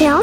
聊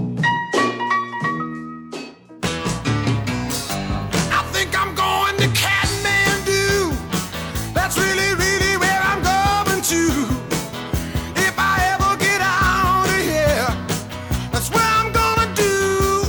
I think I'm going to Kathmandu. That's really, really where I'm going to. If I ever get out of here, that's what I'm gonna do.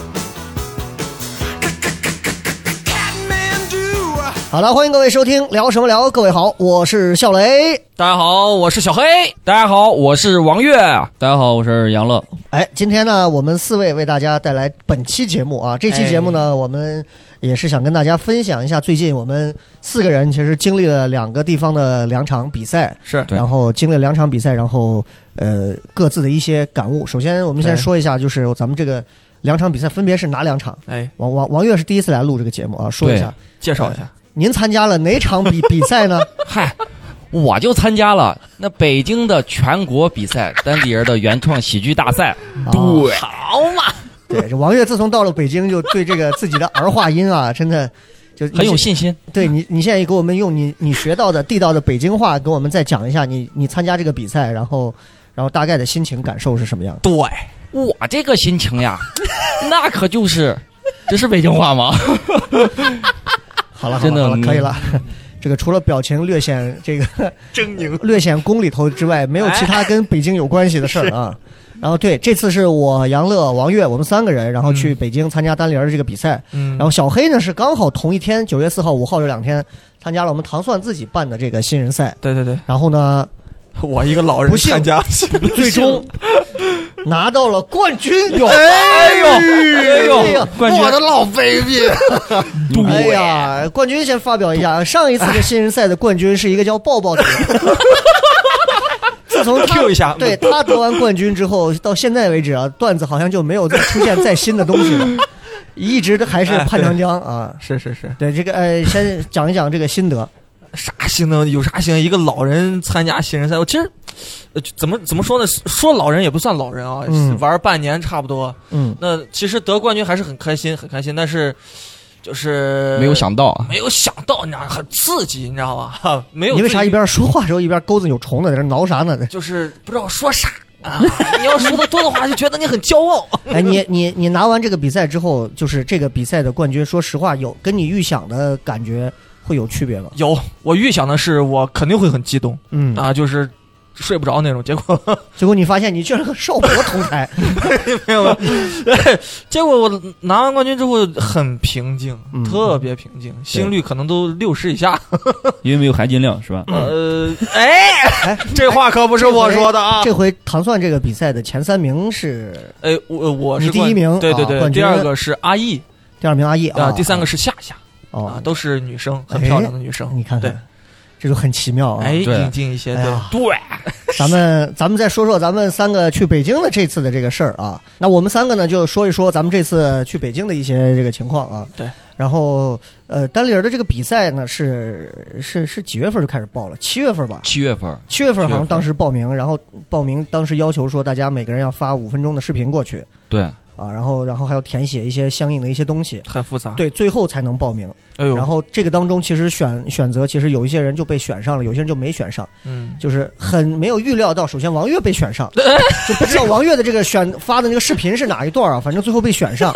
Kathmandu. 好了，欢迎各位收听聊什么聊。各位好，我是笑雷。大家好，我是小黑。大家好，我是王月。大家好，我是杨乐。哎，今天呢，我们四位为大家带来本期节目啊。这期节目呢，哎我们也是想跟大家分享一下，最近我们四个人其实经历了两个地方的两场比赛，是然后经历了两场比赛，然后呃各自的一些感悟。首先，我们先对说一下，就是咱们这个两场比赛分别是哪两场？哎，王王王月是第一次来录这个节目啊，说一下介绍一下。您参加了哪场比 比赛呢？嗨，我就参加了那北京的全国比赛单立人的原创喜剧大 赛。啊哦好嘛，对，这王悦自从到了北京，就对这个自己的儿化音啊，真的就很有。信心。对你，你现在给我们用你你学到的地道的北京话，给我们再讲一下你你参加这个比赛，然后然后大概的心情感受是什么样的？对，我这个心情 呀，那可就是，这是北京话 吗？好了，好了真的好了嗯可以了。 这个除了表情略显这个 狰狞、哎略显宫里头之外，没有其他跟北京有关系的 事儿啊。然后对，这次是我杨乐、王悦我们三个人，然后去北京参加单立人这个比赛。嗯然后小黑呢是刚好同一天，九月四号、五号这两天参加了我们糖蒜自己办的这个新人赛。对对对，然后呢，我一个老人不信参加，最 终拿到了冠军。哟，哎呦，哎哎呦呀，冠军！老 baby，哎呀，冠军先发表一下，上一次的新人赛的冠军是一个叫抱抱的人。自从他 Q 一下对他得完冠军之后，到现在为止啊，段子好像就没有再出现再新的东西了，一直都还是哎潘对长江啊。是是是，对这个，呃，先讲一讲这个心得。啥心能有啥心？一个老人参加新人赛，我其实呃就怎么怎么说呢？说老人也不算老人啊，嗯玩半年差不多。嗯，那其实得冠军还是很开心，很开心，但是就是没有想到，啊没有想到，你知道很刺激，你知道吧？哈 没有你为自啥己一边说话的时候一边钩子有虫子在这挠啥 呢？就是不知道说啥啊？你要说的多的话，就觉得你很骄傲。哎，你你你拿完这个比赛之后，就是这个比赛的冠军，说实话，有跟你预想的感觉会有区别吗？ 有，我预想的是我肯定会很激动嗯，啊，就是睡不着那种，结果。结果你发现你居然和邵博同台，没有， 结果我拿完冠军之后很平静，嗯特别平静，心率可能都六十以下。因为没有含金量是吧？呃，哎嗯哎， 这话可不是我说的 啊！这回糖蒜这个比赛的前三名是哎，我我是你第冠一名对对啊对，冠军第二个是阿易第二名阿易啊，啊，第三个是夏夏啊哦，，都是女生，很哎漂亮的女生。你看对看，这就很奇妙啊。哎，对引进一些哎对呀对，咱们咱们再说说咱们三个去北京的这次的这个事儿啊。那我们三个呢，就说一说咱们这次去北京的一些这个情况啊。对。然后，呃，单立人的这个比赛呢，是是是几月份就开始报了？七月份吧。七月份，七月份好像当时报名，然后报名当时要求说大家每个人要发五分钟的视频过去对，啊，然后然后还要填写一些相应的一些东西，很复杂。对，最后才能报名。哎然呦，后这个当中其实选选择，其实有一些人就被选上了，有些人就没选上。嗯，就是很没有预料到，首先王悦被 选上，就不知道王悦的这个选发的那个视频是哪一段啊，反正最后被选上，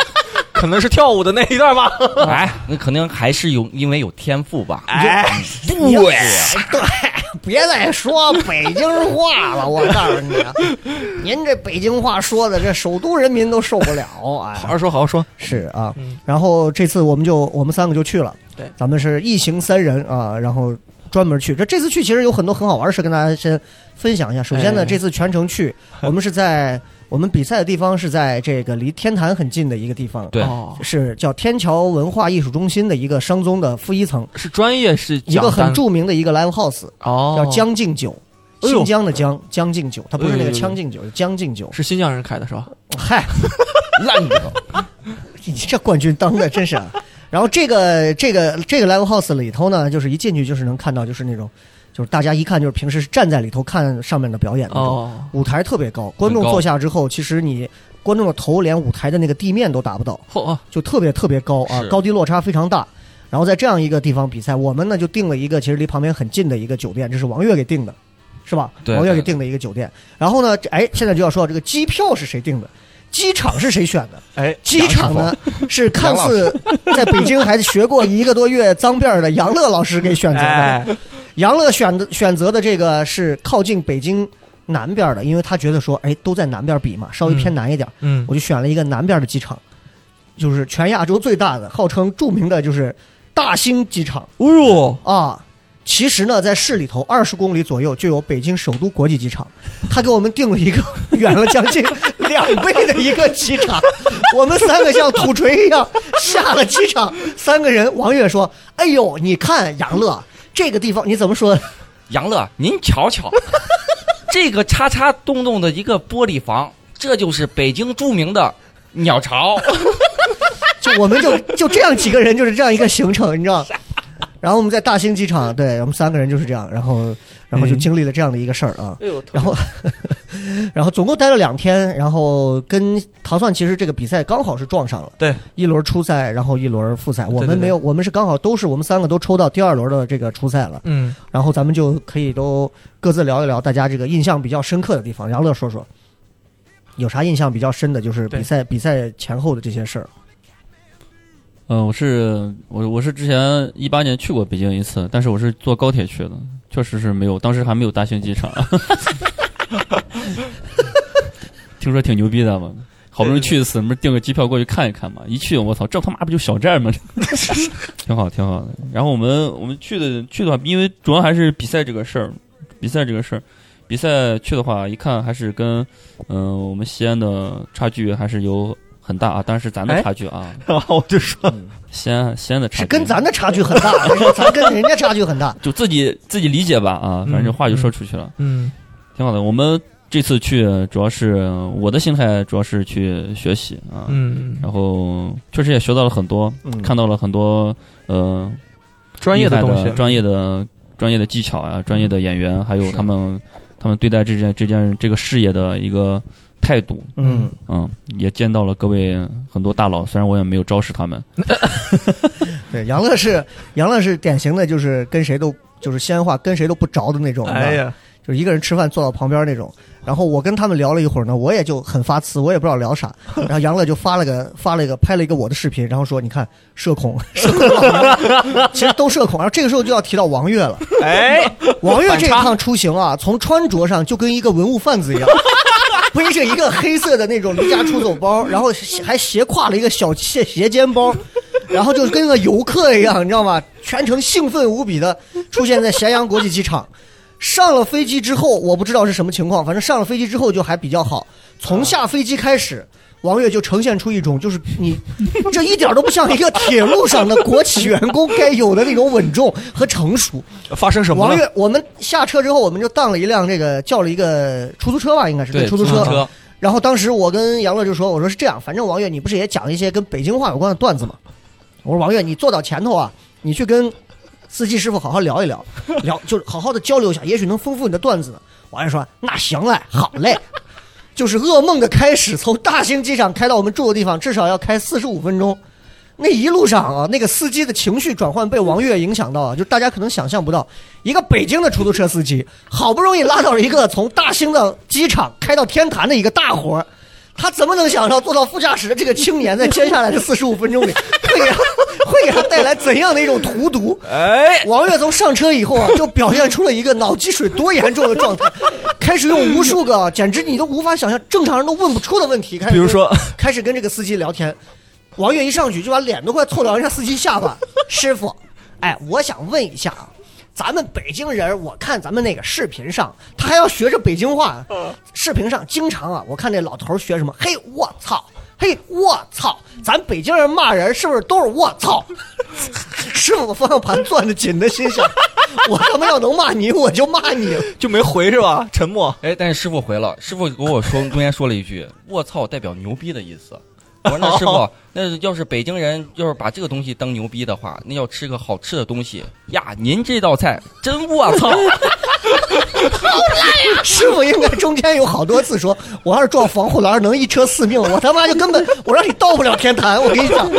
可能是跳舞的那一段吧。哎，那肯定还是有，因为有天赋吧。哎，对对，别再说北京话了，我告诉你，啊您这北京话说的这首都人民都受不了，好哎，好说，好好说。是啊嗯，然后这次我们就我们三个就去了，对咱们是一行三人啊，然后专门去，这这次去其实有很多很好玩的事跟大家先分享一下。首先呢，哎这次全程 去，我们是在我们比赛的地方是在这个离天坛很近的一个地方，对哦是叫天桥文化艺术中心的一个商综的负一层，是专业是一个讲很单著名的一个 live house，哦，叫将进酒。哎呦新疆的疆，将进酒，它不是那个哎呦将进酒，是将进酒。是新疆人开的是吧？嗨，烂你头！你这冠军当的真是、啊。 然后这个这个这个 live house 里头呢，就是一进去就是能看到，就是那种，就是大家一看就是平时是站在里头看上面的表演那种，哦，舞台特别高，观众很高坐下之后，其实你观众的头连舞台的那个地面都达不到，嚯、啊就特别特别高啊是，高低落差非常大。然后在这样一个地方比赛，我们呢就定了一个其实离旁边很近的一个酒店，这是王悦给定的，是吧？对王悦给对定的一个酒店。然后呢，这哎，现在就要说到这个机票是谁定的，机场是谁选的？哎，机场呢是看似在北京还学过一个多月脏辫儿的杨乐老师给选择哎的。杨乐选的选择的这个是靠近北京南边的，因为他觉得说，哎，都在南边比嘛，稍微偏南一点儿，嗯我就选了一个南边的机场，就是全亚洲最大的，号称著名的就是大兴机场哎呦，啊。其实呢，在市里头二十公里左右就有北京首都国际机场，他给我们定了一个远了将近两倍的一个机场， 我们三个像土锤一样下了机场，三个人，王悦说：“哎呦，你看杨乐这个地方，你怎么说？杨乐，您瞧瞧，这个叉叉洞洞的一个玻璃房，这就是北京著名的鸟巢。就我们就就这样几个人，就是这样一个行程，你知道。然后我们在大兴机场，对我们三个人就是这样，然后然嗯后就经历了这样的一个事儿啊。哎呦，然后 然后总共待了两天，然后跟糖蒜其实这个比赛刚好是撞上了，对，一轮初赛，然后一轮复赛。我对们对没有，我们是刚好都是我们三个都抽到第二轮的这个初赛了， 嗯，然后咱们就可以都各自聊一聊大家这个印象比较深刻的地方。杨乐说说。有啥印象比较深的，就是对比赛比赛前后的这些事儿。嗯、我是我我是之前一八年去过北京一次，但是我是坐高铁去的，确实是没有，当时还没有大兴机场。 听说挺牛逼的嘛，好不容易去一次，不是订个机票过去看一看嘛？一去我操，这他妈不就小站吗？ 挺好，挺好的。然后我们我们去的去的话，因为主要还是比赛这个事儿，比赛这个事儿，比赛去的话，一看还是跟嗯、呃我们西安的差距还是有很大啊，但是咱的哎差距啊，然后我就说，西安西安的差距是跟咱的差距很大，还是咱跟人家差距很大。就自己自己理解吧啊，反正这话就说出去了，嗯挺好的。我们这次去主要是我的心态主要是去学习啊，嗯，然后确实也学到了很多，嗯看到了很多呃专业厉害的东西，专业的专业的技巧啊，专业的演员，还有嗯是他们他们对待这件这件这个事业的一个态度，嗯，嗯，也见到了各位很多大佬，虽然我也没有招式他们，对，杨乐是杨乐是典型的，就是跟谁都就是西安话跟谁都不着的那种，哎呀，就是一个人吃饭坐到旁边那种。然后我跟他们聊了一会儿呢，我也就很发呲，我也不知道聊啥。然后杨乐就发了个发了一个拍了一个我的视频，然后说你看社恐， 社恐老娘，其实都社恐。然后这个时候就要提到王悦了，哎，王悦这一趟出行啊，从穿着上就跟一个文物贩子一样。背着一个黑色的那种离家出走包，然后还斜挎了一个小斜斜肩包，然后就跟个游客一样，你知道吗？全程兴奋无比的出现在咸阳国际机场。上了飞机之后，我不知道是什么情况，反正上了飞机之后就还比较好。从下飞机开始，王悦就呈现出一种就是你这一点都不像一个铁路上的国企员工该有的那种稳重和成熟。 发生什么王了？悦，我们下车之后，我们就当了一辆这个叫了一个出租车吧，应该是对，出出租车。车，然后当时我跟杨乐就说：“我说是这样，反正王悦，你不是也讲一些跟北京话有关的段子吗？我说王悦，你坐到前头啊，你去跟司机师傅好好聊一聊，聊就是好好的交流一下，也许能丰富你的段子呢。”王悦说：“那行嘞，好嘞。”就是噩梦的开始，从大兴机场开到我们住的地方，至少要开四十五分钟。那一路上啊，那个司机的情绪转换被王悦影响到啊，就大家可能想象不到，一个北京的出租车司机，好不容易拉到了一个从大兴的机场开到天坛的一个大活儿，他怎么能想到坐到副驾驶的这个青年在接下来的四十五分钟里，会给他 会给他带来怎样的一种荼毒？哎，王悦从上车以后啊，就表现出了一个脑积水多严重的状态，开始用无数个简直你都无法想象，正常人都问不出的问题，开始比如说，开始跟这个司机聊天。王悦一上去就把脸都快凑到人家司机下巴， 师傅，哎，我想问一下啊，咱们北京人，我看咱们那个视频上，他还要学着北京话，视频上经常啊，我看那老头儿学什么，嘿，我操，嘿，我操，咱北京人骂人是不是都是我操？ 师傅把方向盘攥得紧的，心想，我他妈要能骂你，我就骂你了。就没回是吧？沉默，哎，但是师傅回了，师傅给我说中间说了一句“我操”，代表牛逼的意思。我说那师哦傅，那要是北京人要是把这个东西当牛逼的 话，那要吃个好吃的东西呀，您这道菜真我操！师傅应该中间有好多次说，我要是撞防护栏能一车四命，我他妈就根本我让你到不了天坛。我跟你讲，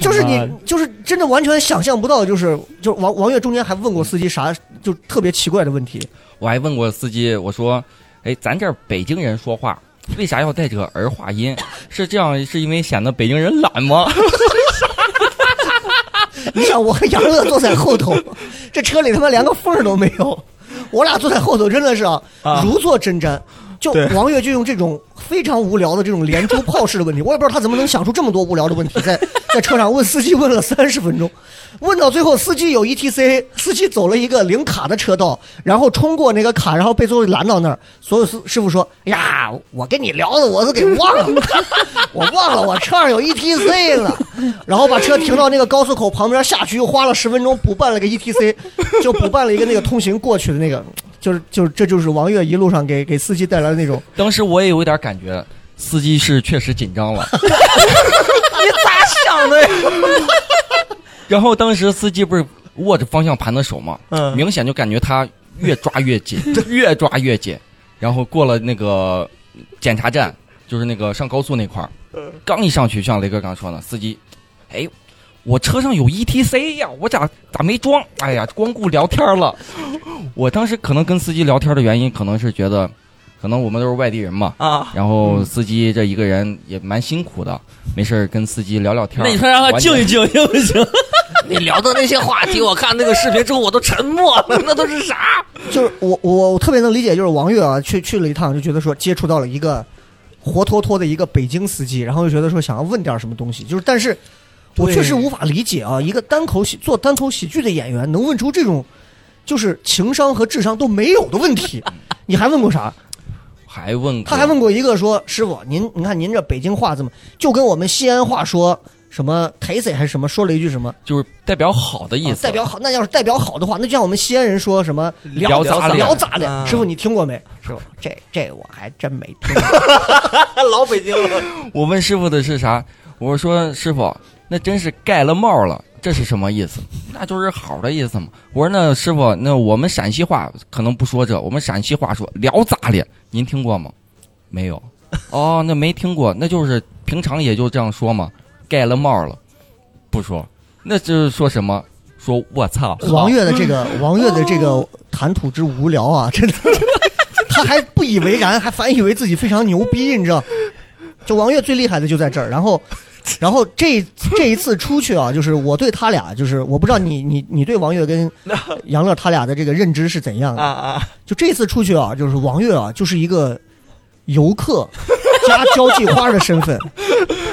就是你就是真的完全想象不到，就是就是王王月中间还问过司机啥，就特别奇怪的问题。我还问过司机，我说：“哎，咱这儿北京人说话为啥要带着儿化音？是这样，是因为显得北京人懒吗你想我和杨乐坐在后头，这车里他妈连个缝儿都没有，我俩坐在后头真的是啊，啊如坐针毡。就对王悦就用这种非常无聊的这种连珠炮式的问题，我也不知道他怎么能想出这么多无聊的问题，在在车上问司机问了三十分钟，问到最后司机有 E ETC，司机走了一个零卡的车道，然后冲过那个卡，然后被最后拦到那儿，所有师师傅说：“哎呀，我跟你聊的我都给忘了， 我忘了我车上有 ETC 了。” 然后把车停到那个高速口旁边下去，又花了十分钟补办了个 ETC，就补办了一个那个通行过去的那个，就是就是这就是王悦一路上给给司机带来的那种，？”当时我也有一点感觉，司机是确实紧 张了。咋想的呀？ 然后当时司机不是握着方向盘的手吗？嗯明显就感觉他越抓越 紧，越抓越紧。然后过了那个检查站，就是那个上高速那块儿，嗯刚一上去，像雷哥刚说的，司机，哎，我车上有 ETC 呀，我咋咋没装？哎呀，光顾聊天了。我当时可能跟司机聊天的原因，可能是觉得，可能我们都是外地人嘛。啊，然嗯后司机这一个人也蛮辛苦的，没事儿跟司机聊聊天儿。那你说让他缓解静一 静，行不行？你聊的那些话题，我看那个视频之后我都沉默了，那都是啥？就是我我我特别能理解，就是王悦啊，去去了一趟就觉得说接触到了一个活脱脱的一个北京司机，然后就觉得说想要问点什么东西，就是但是我对确实无法理解啊，一个单口喜做单口喜剧的演员能问出这种就是情商和智商都没有的问题，你还问过啥？还问过他还问过一个说：“师傅，您你看您这北京话怎么就跟我们西安话说什么 t a 还是什么说了一句什么就是代表好的意啊思，代表好？那要是代表好的话，那就像我们西安人说什么聊咋咋了聊咋了？啊师傅你听过没？师傅这这我还真没听 过。 老北京了， 我问师傅的是啥？我说师傅，那真是盖了帽了，这是什么意思？那就是好的意思嘛。我说那师傅，那我们陕西话可能不说这，我们陕西话说聊咋了？您听过吗？没有。哦，那没听过，那就是平常也就这样说嘛，盖了帽了，不说，那就是说什么？说我操，王悦的这哦个王悦的这个谈吐之无聊啊，真的， 他还不以为然，还反以为自己非常牛逼，你知道？就王悦最厉害的就在这儿，然后。然后这这一次出去啊，就是我对他俩，就是我不知道你你你对王悦跟杨乐他俩的这个认知是怎样的啊？啊！就这次出去啊，就是王悦啊，就是一个游客加交际花的身份。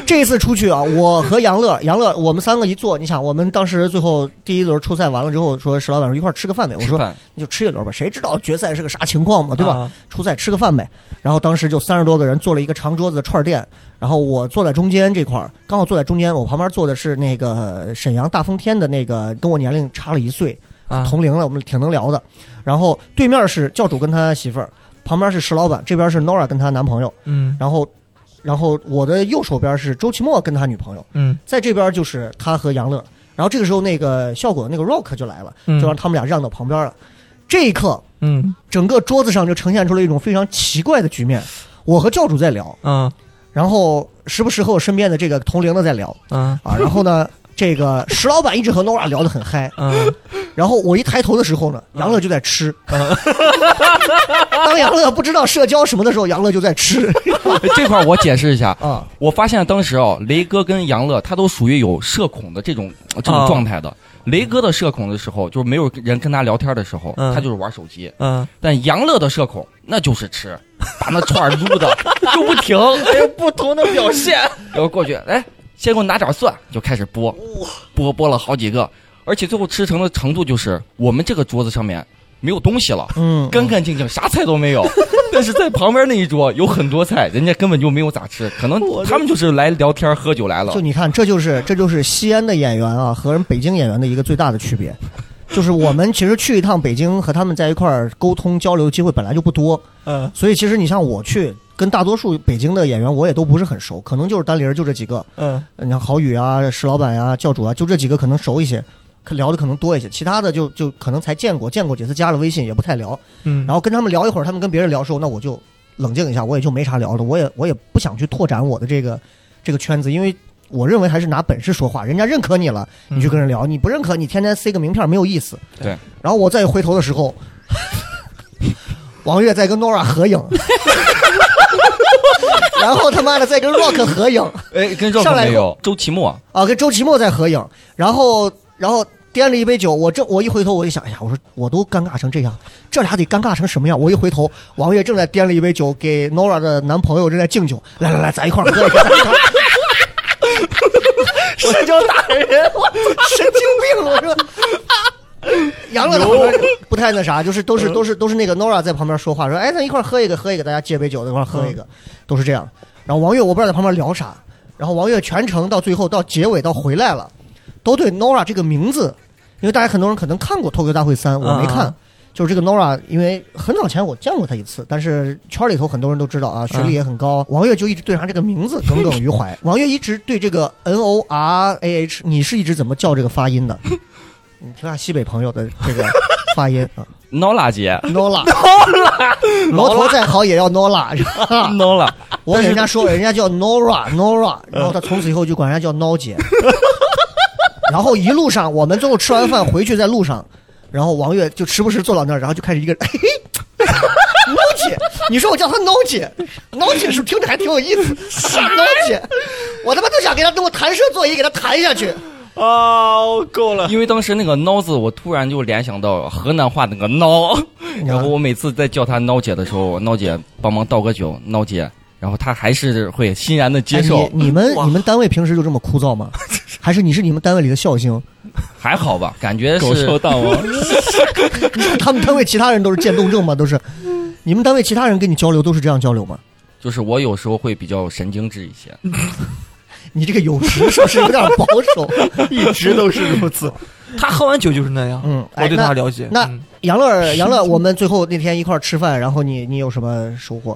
这次出去啊，我和杨乐，杨乐我们三个一坐，你想，我们当时最后第一轮初赛完了之后，说石老板说一块儿吃个饭呗，我吃说饭那就吃一轮吧，谁知道决赛是个啥情况嘛，对吧？啊初赛吃个饭呗。然后当时就三十多个人坐了一个长桌子的串儿店，然后我坐在中间这块儿，刚好坐在中间，我旁边坐的是那个沈阳大风天的那个，跟我年龄差了一岁，啊同龄了，我们挺能聊的。然后对面是教主跟他媳妇儿，旁边是石老板，这边是 Nora 跟她男朋友，嗯然后。然后我的右手边是周奇墨跟他女朋友，嗯在这边就是他和杨乐。然后这个时候，那个效果那个 Rock 就来了，嗯就让他们俩让到旁边了。这一刻，嗯整个桌子上就呈现出了一种非常奇怪的局面。我和教主在聊，啊然后时不时和我身边的这个同龄的在聊啊啊，然后呢，这个石老板一直和 Nora 聊得很嗨，啊！然后我一抬头的时候呢，杨乐就在吃。 当杨乐不知道社交什么的时候，杨乐就在吃哎这块儿我解释一下，啊。我发现当时哦，雷哥跟杨乐他都属于有社恐的这种这种状态的。雷哥的社恐的时候，就是没有人跟他聊天的时候，嗯他就是玩手机；嗯，但杨乐的社恐，那就是吃，把那串儿撸的 就不停，哎呦， 不同的表现，然后过去，哎，先给我拿点蒜，就开始剥，剥剥了好几个，而且最后吃成的程度就是，我们这个桌子上面没有东西了，嗯，干干净净，啥菜都没 有。但是在旁边那一桌有很多菜，人家根本就没有咋吃，可能他们就是来聊天喝酒来了就。你看，这就是这就是西安的演员啊和人北京演员的一个最大的区别，就是我们其实去一趟北京和他们在一块儿沟通交流机会本来就不多，嗯所以其实你像我去跟大多数北京的演员，我也都不是很熟，可能就是单林儿就这几个，嗯啊你像郝宇啊、石老板呀、教主啊，就这几个可能熟一些。可聊的可能多一些，其他的就就可能才见过，见过几次加了微信也不太聊。嗯然后后跟他们聊一会儿，他们跟别人聊的时候，那我就冷静一下，我也就没啥聊了，我也我也不想去拓展我的这个这个圈子，因为我认为还是拿本事说话，人家认可你了，你去跟人聊，你不认可，你天天塞个名片没有意思。对。然后我再回头的时候，王悦在跟 Nora 合影，然后他妈的再跟 Rock 合影，哎，跟上来没有周奇墨，啊，跟周奇墨在合影，然后然后掂了一杯酒，我这我一回头我就想，哎呀，我说我都尴尬成这样，这俩得尴尬成什么样？我一回头，王悦正在掂了一杯酒，给 Nora 的男朋友正在敬酒，来来来，咱一块儿喝一个，咱一块儿我就打人，神经病，我说。杨乐他旁边不太那啥，就是都是都是都是那个 Nora 在旁边说话，说哎，咱一块儿喝一个，喝一个，大家借杯酒，一块儿喝一个，都是这样。然后王悦我不知道在旁边聊啥，然后王悦全程到最后到结尾到回来了，都对 Nora 这个名字，因为大家很多人可能看过《脱口秀大会三》，我没看。啊就是这个 Nora，因为很早前我见过她一次，但是圈里头很多人都知道啊，学历也很高。王悦就一直对上这个名字耿耿于 怀。王悦一直对这个 N O R A H，你是一直怎么叫这个发 音的？你听下西北朋友的这个发音 啊诺拉姐，Nola Nola，魔头再好也要 Nola 是吧。诺拉，我给人家说，人家叫 Nora Nora，然后他从此以后就管人家叫 No 姐。 然后一路上，我们最后吃完饭回去，在路上，然后王悦就时不时坐到那儿，然后就开始一个人，嘿、嘿 No 姐，你说我叫她 No 姐，No 姐是不是听着还挺有意思？No 姐，我他妈都想给她弄个弹射座椅给她弹下去。啊，我够 了，因为当时那个孬字，我突然就联想到河南话那个 孬，然后我每次在叫她孬姐的时候，孬姐帮忙倒个酒，孬姐，然后她还是会欣然的接受哎，你你们哇你们单位平时就这么枯燥 吗？还是你是你们单位里的笑星？还好吧？感 觉狗是兽大王，他们单位其他人都是渐冻症吗？都是，你们单位其他人跟你交流都是这样交流吗？就是我有时候会比较神经质一些，你这个有时是不是有点保 守？一直都是如此。他喝完酒就是那样，嗯，哎我对那他了解。那嗯杨乐，杨乐，我们最后那天一块儿吃饭，然后你你有什么收获？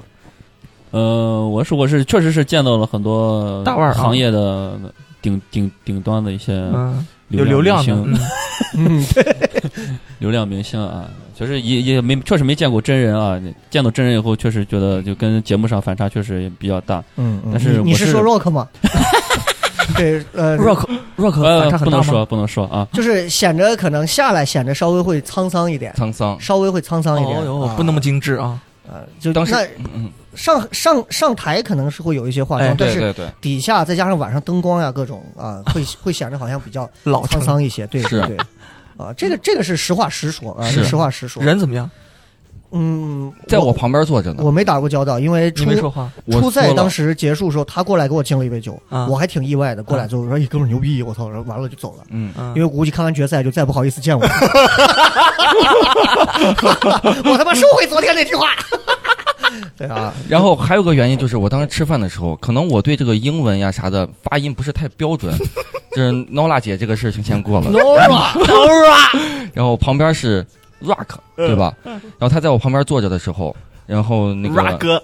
呃，我是我是确实是见到了很多大腕儿啊行业的顶顶顶端的一些嗯，有流流量明的，星嗯嗯，流量明星啊，就是也也没确实没见过真人啊，见到真人以后确实觉得就跟节目上反差确实也比较大。嗯，但是你你我是是说 rock 吗？ 对，呃 rock rock 呃反，差不很大能吗？说不能说啊，就是显着可能下来显着稍微会沧桑一点，沧桑。稍微会沧桑一点，哦哟啊，不那么精致啊！呃就当时那嗯，上上上台可能是会有一些化妆哎，但对是对对，底下再加上晚上灯光呀、各种啊，会会显得好像比较老沧成桑一些，对是对对，啊，这个这个是实话实说啊，是实话实说。人怎么样？嗯，在我我旁边坐着呢我。没打过交道，因为初你没说话，我初说赛了当时结束的时候，他过来给我敬了一杯酒，啊我还挺意外的。过来之后说：“哎，哥们儿牛逼！”我操，然后完了就走了。嗯，嗯因为估计看完决赛就再不好意思见我， 我他妈收回昨天那句话。 对啊，然后还有个原因就是，我当时吃饭的时候，可能我对这个英文呀啥的发音不是太标准，就是 Nola 姐这个事情先过了。 哦然后旁边是 Rock，对嗯吧？然后他在我旁边坐着的时候，然后那拉个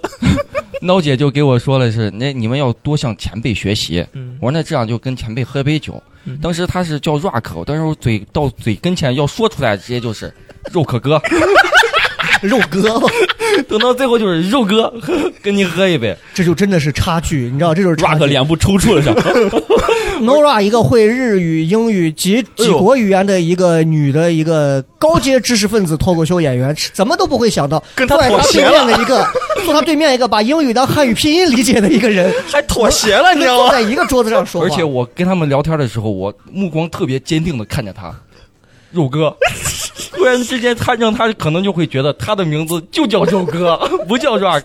哥，孬姐就给我说了是，那你们要多向前辈学习。嗯，我说那这样就跟前辈喝杯酒嗯。当时他是叫 Rock，我当时我嘴到嘴跟前要说出来，直接就是肉可 哥。肉哥，等到最后就是肉哥， 跟你喝一杯。这就真的是差距，你知道，这就是差 rock 距。脸部抽搐了，是吧 Nora 一个会日语、英语及几国语言的一个女的一个高阶知识分子脱口秀演员，怎么都不会想到跟他坐在妥她协对面的一个坐她对面一个把英语当汉语拼音理解的一个人，还妥协了，哎你跟知她道坐 吗？在一个桌子上说话，而且我跟他们聊天的时候，我目光特别坚定的看着他，肉哥。 突然之间，他让他可能就会觉得他的名字 就叫肉哥，不叫 Rock。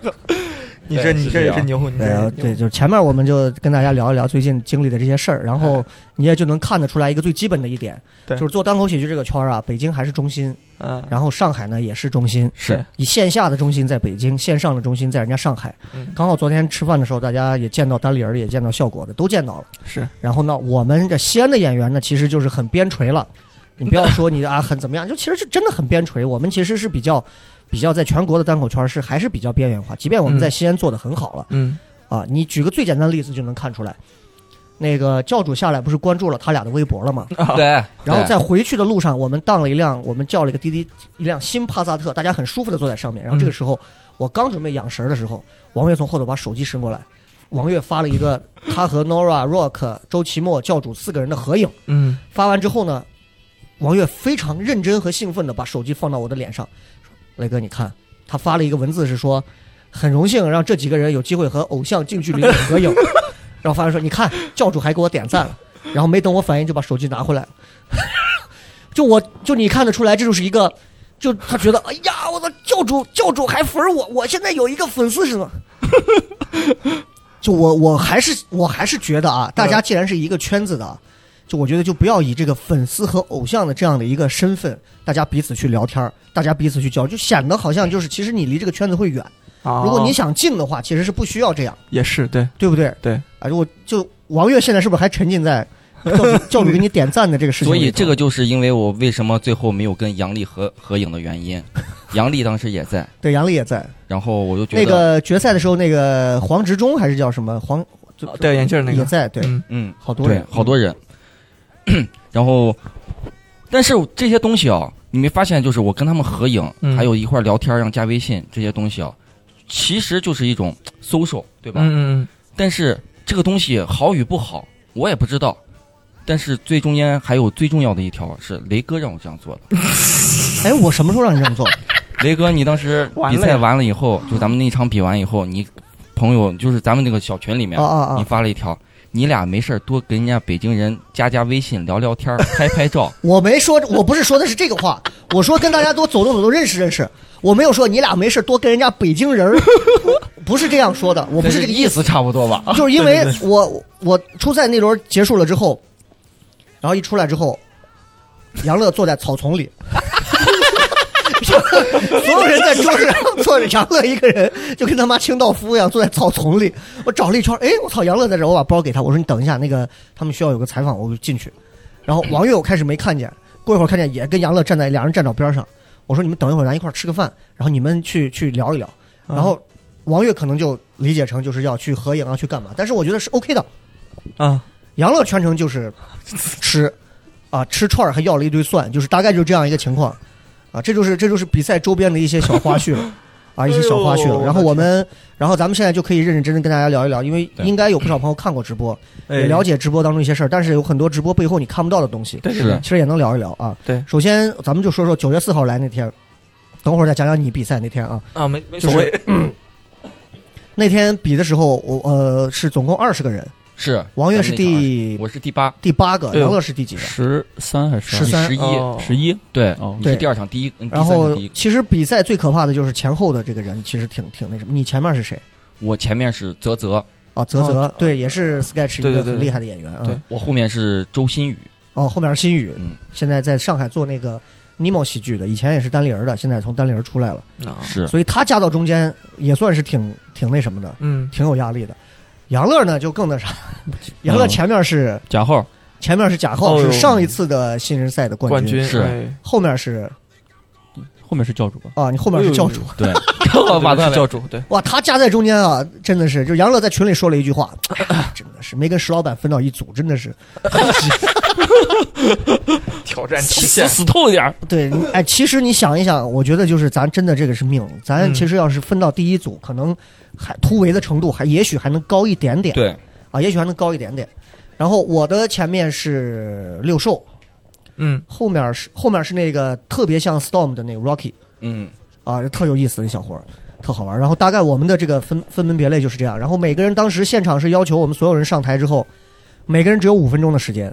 你这对你是这这也样是牛，你这对也啊是，对，牛就是前面我们就跟大家聊一聊最近经历的这些事儿，然后你也就能看得出来一个最基本的一点，对就是做单口喜剧这个圈儿啊，北京还是中心，嗯，然后上海呢也是中心，是以线下的中心在北京，线上的中心在人家上海嗯。刚好昨天吃饭的时候，大家也见到单立人，也见到效果的，都见到了。是，然后呢，我们这西安的演员呢，其实就是很边陲了。你不要说你啊很怎么样，就其实是真的很边陲。我们其实是比较比较在全国的单口圈是还是比较边缘化，即便我们在西安做的很好了、嗯啊。你举个最简单的例子就能看出来，那个教主下来不是关注了他俩的微博了吗？对，然后对在回去的路上，我们当了一辆，我们叫了一个滴滴，一辆新帕萨特，大家很舒服的坐在上面。然后这个时候，我刚准备养神儿的时候，王悦从后头把手机伸过来，王悦发了一个他和 Nora、Rock、周奇墨教主四个人的合影。嗯，发完之后呢，王悦非常认真和兴奋的把手机放到我的脸上，说：“雷哥，你看，他发了一个文字是说，很荣幸让这几个人有机会和偶像近距离的合影。”然后发现说：“你看，教主还给我点赞了。”然后没等我反应，就把手机拿回来 了。就我就你看得出来，这就是一个，就他觉得，哎呀，我的教主教主还粉我，我现在有一个粉丝是吗？ 就我我还是我还是觉得啊，大家既然是一个圈子的啊，就我觉得就不要以这个粉丝和偶像的这样的一个身份，大家彼此去聊天儿，大家彼此去交流，就显得好像就是其实你离这个圈子会远。哦如果你想近的话，其实是不需要这样，哦也是对，对不对？对。啊，如果就王悦现在是不是还沉浸在 教主教主给你点赞的这个事情所里头？以这个就是因为我为什么最后没有跟杨笠合合影的原因，杨笠当时也在，对杨笠也在然后我就觉得那个决赛的时候，那个黄执中还是叫什么黄就戴眼镜那也个，在，对，嗯嗯，好多对人，，好多人。 然后，但是这些东西啊，你没发现就是我跟他们合影，嗯还有一块儿聊天儿，让加微信这些东西啊，其实就是一种 social，对吧？嗯但是这个东西好与不好，我也不知道。但是最中间还有最重要的一条是雷哥让我这样做的。哎，我什么时候让你这 么做？哎雷哥，你当时完了比呀赛完了以后，就咱们那场比完以后，你朋友就是咱们那个小群里面，啊哦啊你啊！发了一条，你俩没事儿多跟人家北京人加加微信聊聊 天儿，拍拍照。我没说，我不是说的是这个话， 我说跟大家多走动走动，认识认识。我没有说你俩没事多跟人家北京人儿，不是这样说的，我不但是这个意意思，思差不多吧？就是因为我我初赛那轮结束了之后，然后一出来之后，杨乐坐在草丛里。所有人在桌子上坐着，杨乐一个人就跟他妈清道夫一样坐在草丛里。我找了一圈，哎，我操，杨乐在这儿，我把包给他，我说你等一下，那个他们需要有个采访，我就进去。然后王悦我开始没看见，过一会儿看见也跟杨乐站在两人站到边上，我说你们等一会儿咱一块儿吃个饭，然后你们去去聊一聊。嗯然后王悦可能就理解成就是要去合影啊，去干嘛？但是我觉得是 OK 的。啊，杨乐全程 就是吃啊，吃串儿还要了一堆蒜，就是大概就是这样一个情况啊，这就是这就是比赛周边的一些小花絮了。 啊，一些小花絮哎了。呦然后我们，然后咱们现在就可以认认真真跟大家聊一聊，因为对应该有不少朋友看过直播，哎也了解直播当中一些事儿，但是有很多直播背后你看不到的东西。对是其实也能聊一聊啊。对首先咱们就说说九月四号来那天，等会儿再讲讲你比赛那天啊。啊，没没就所是谓，那天比的时候，我呃是总共二十个人，是，王悦是咱哎们那场第我是第八，第八个，对杨乐是第几个？十三还是十三十一，哦十一对，哦，你对是第二场第一，嗯第然三场后第一。其实比赛最可怕的就是前后的这个人，其实挺挺那什么。你前面是谁我前面是泽泽，啊？泽泽，对，也是 Sketch 对一个对对很厉害的演员啊对。我后面是周新宇，哦，后面是新宇嗯，现在在上海做那个 Nemo 喜剧的，以前也是单立人的，现在从单立人出来了，啊是所以他加到中间也算是挺挺那什么的。嗯挺有压力的。杨乐呢就更那啥，杨乐前面是、贾浩前面是贾浩，哦是上一次的新人赛的冠冠军，军是哎后面是后面是教主嗯吧？啊，你后面是教主，对， 对把对他是教主对哇，他夹在中间啊，真的是，就杨乐在群里说了一句话，哎真的是没跟石老板分到一组，真的是，挑战极死限，死透一点儿，对，你哎，其实你想一想，我觉得就是咱真的这个是命，咱嗯其实要是分到第一组，可能还突围的程度还也许还能高一点点，对，啊，也许还能高一点点。然后我的前面是六兽，嗯后面是后面是那个特别像 Storm 的那个 Rocky 嗯，啊，特有意思的一小伙儿，特好玩儿。然后大概我们的这个分分门别类就是这样。然后每个人当时现场是要求我们所有人上台之后，每个人只有五分钟的时间。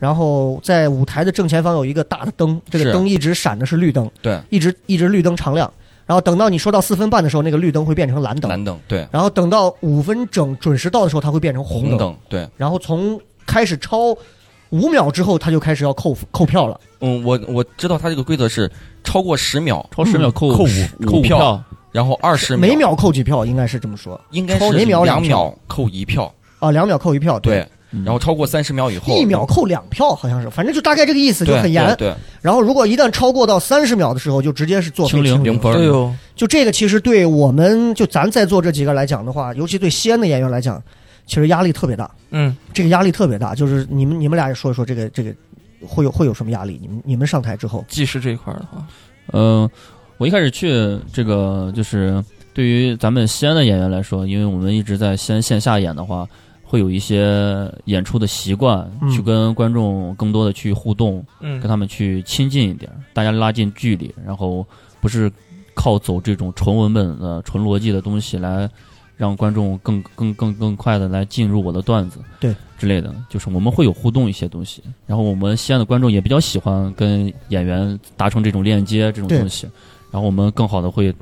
然后在舞台的正前方有一个大的灯，这个是灯一直闪的是啊绿灯，对，一直一直绿灯常亮。然后等到你说到四分半的时候，那个绿灯会变成蓝灯，蓝灯，对，然后等到五分整准时到的时候，它会变成红红灯。灯，对，然后从开始超五秒之后，它就开始要扣扣票了。嗯，我我知道他这个规则是超过十秒，嗯超十秒扣扣五五扣五五票，然后二十每秒扣几票，应该是这么说应该超是每秒两两票秒扣一票，啊，两秒扣一票，对，，嗯然后超过三十秒以后嗯一秒扣两票，好像是，反正就大概这个意思，就对很严。对，然后如果一旦超过到三十秒的时候，就直接是作废清零清零零。分对儿，哦，就这个其实对我们就咱在座这几个来讲的话，尤其对西安的演员来讲，其实压力特别大，嗯，这个压力特别大，就是你们你们俩也说一说这个这个会有会有什么压力？你们你们上台之后，技师这一块儿的话，嗯，我一开始去这个就是对于咱们西安的演员来说，因为我们一直在西安线下演的话，会有一些演出的习惯，嗯去跟观众更多的去互动，嗯跟他们去亲近一点，大家拉近距离，然后不是靠走这种纯文本的、纯逻辑的东西来让观众更更更更快的来进入我的段子，对之类的，就是我们会有互动一些东西，然后我们西安的观众也比较喜欢跟演员达成这种链接这种对东西，然后我们更好的会。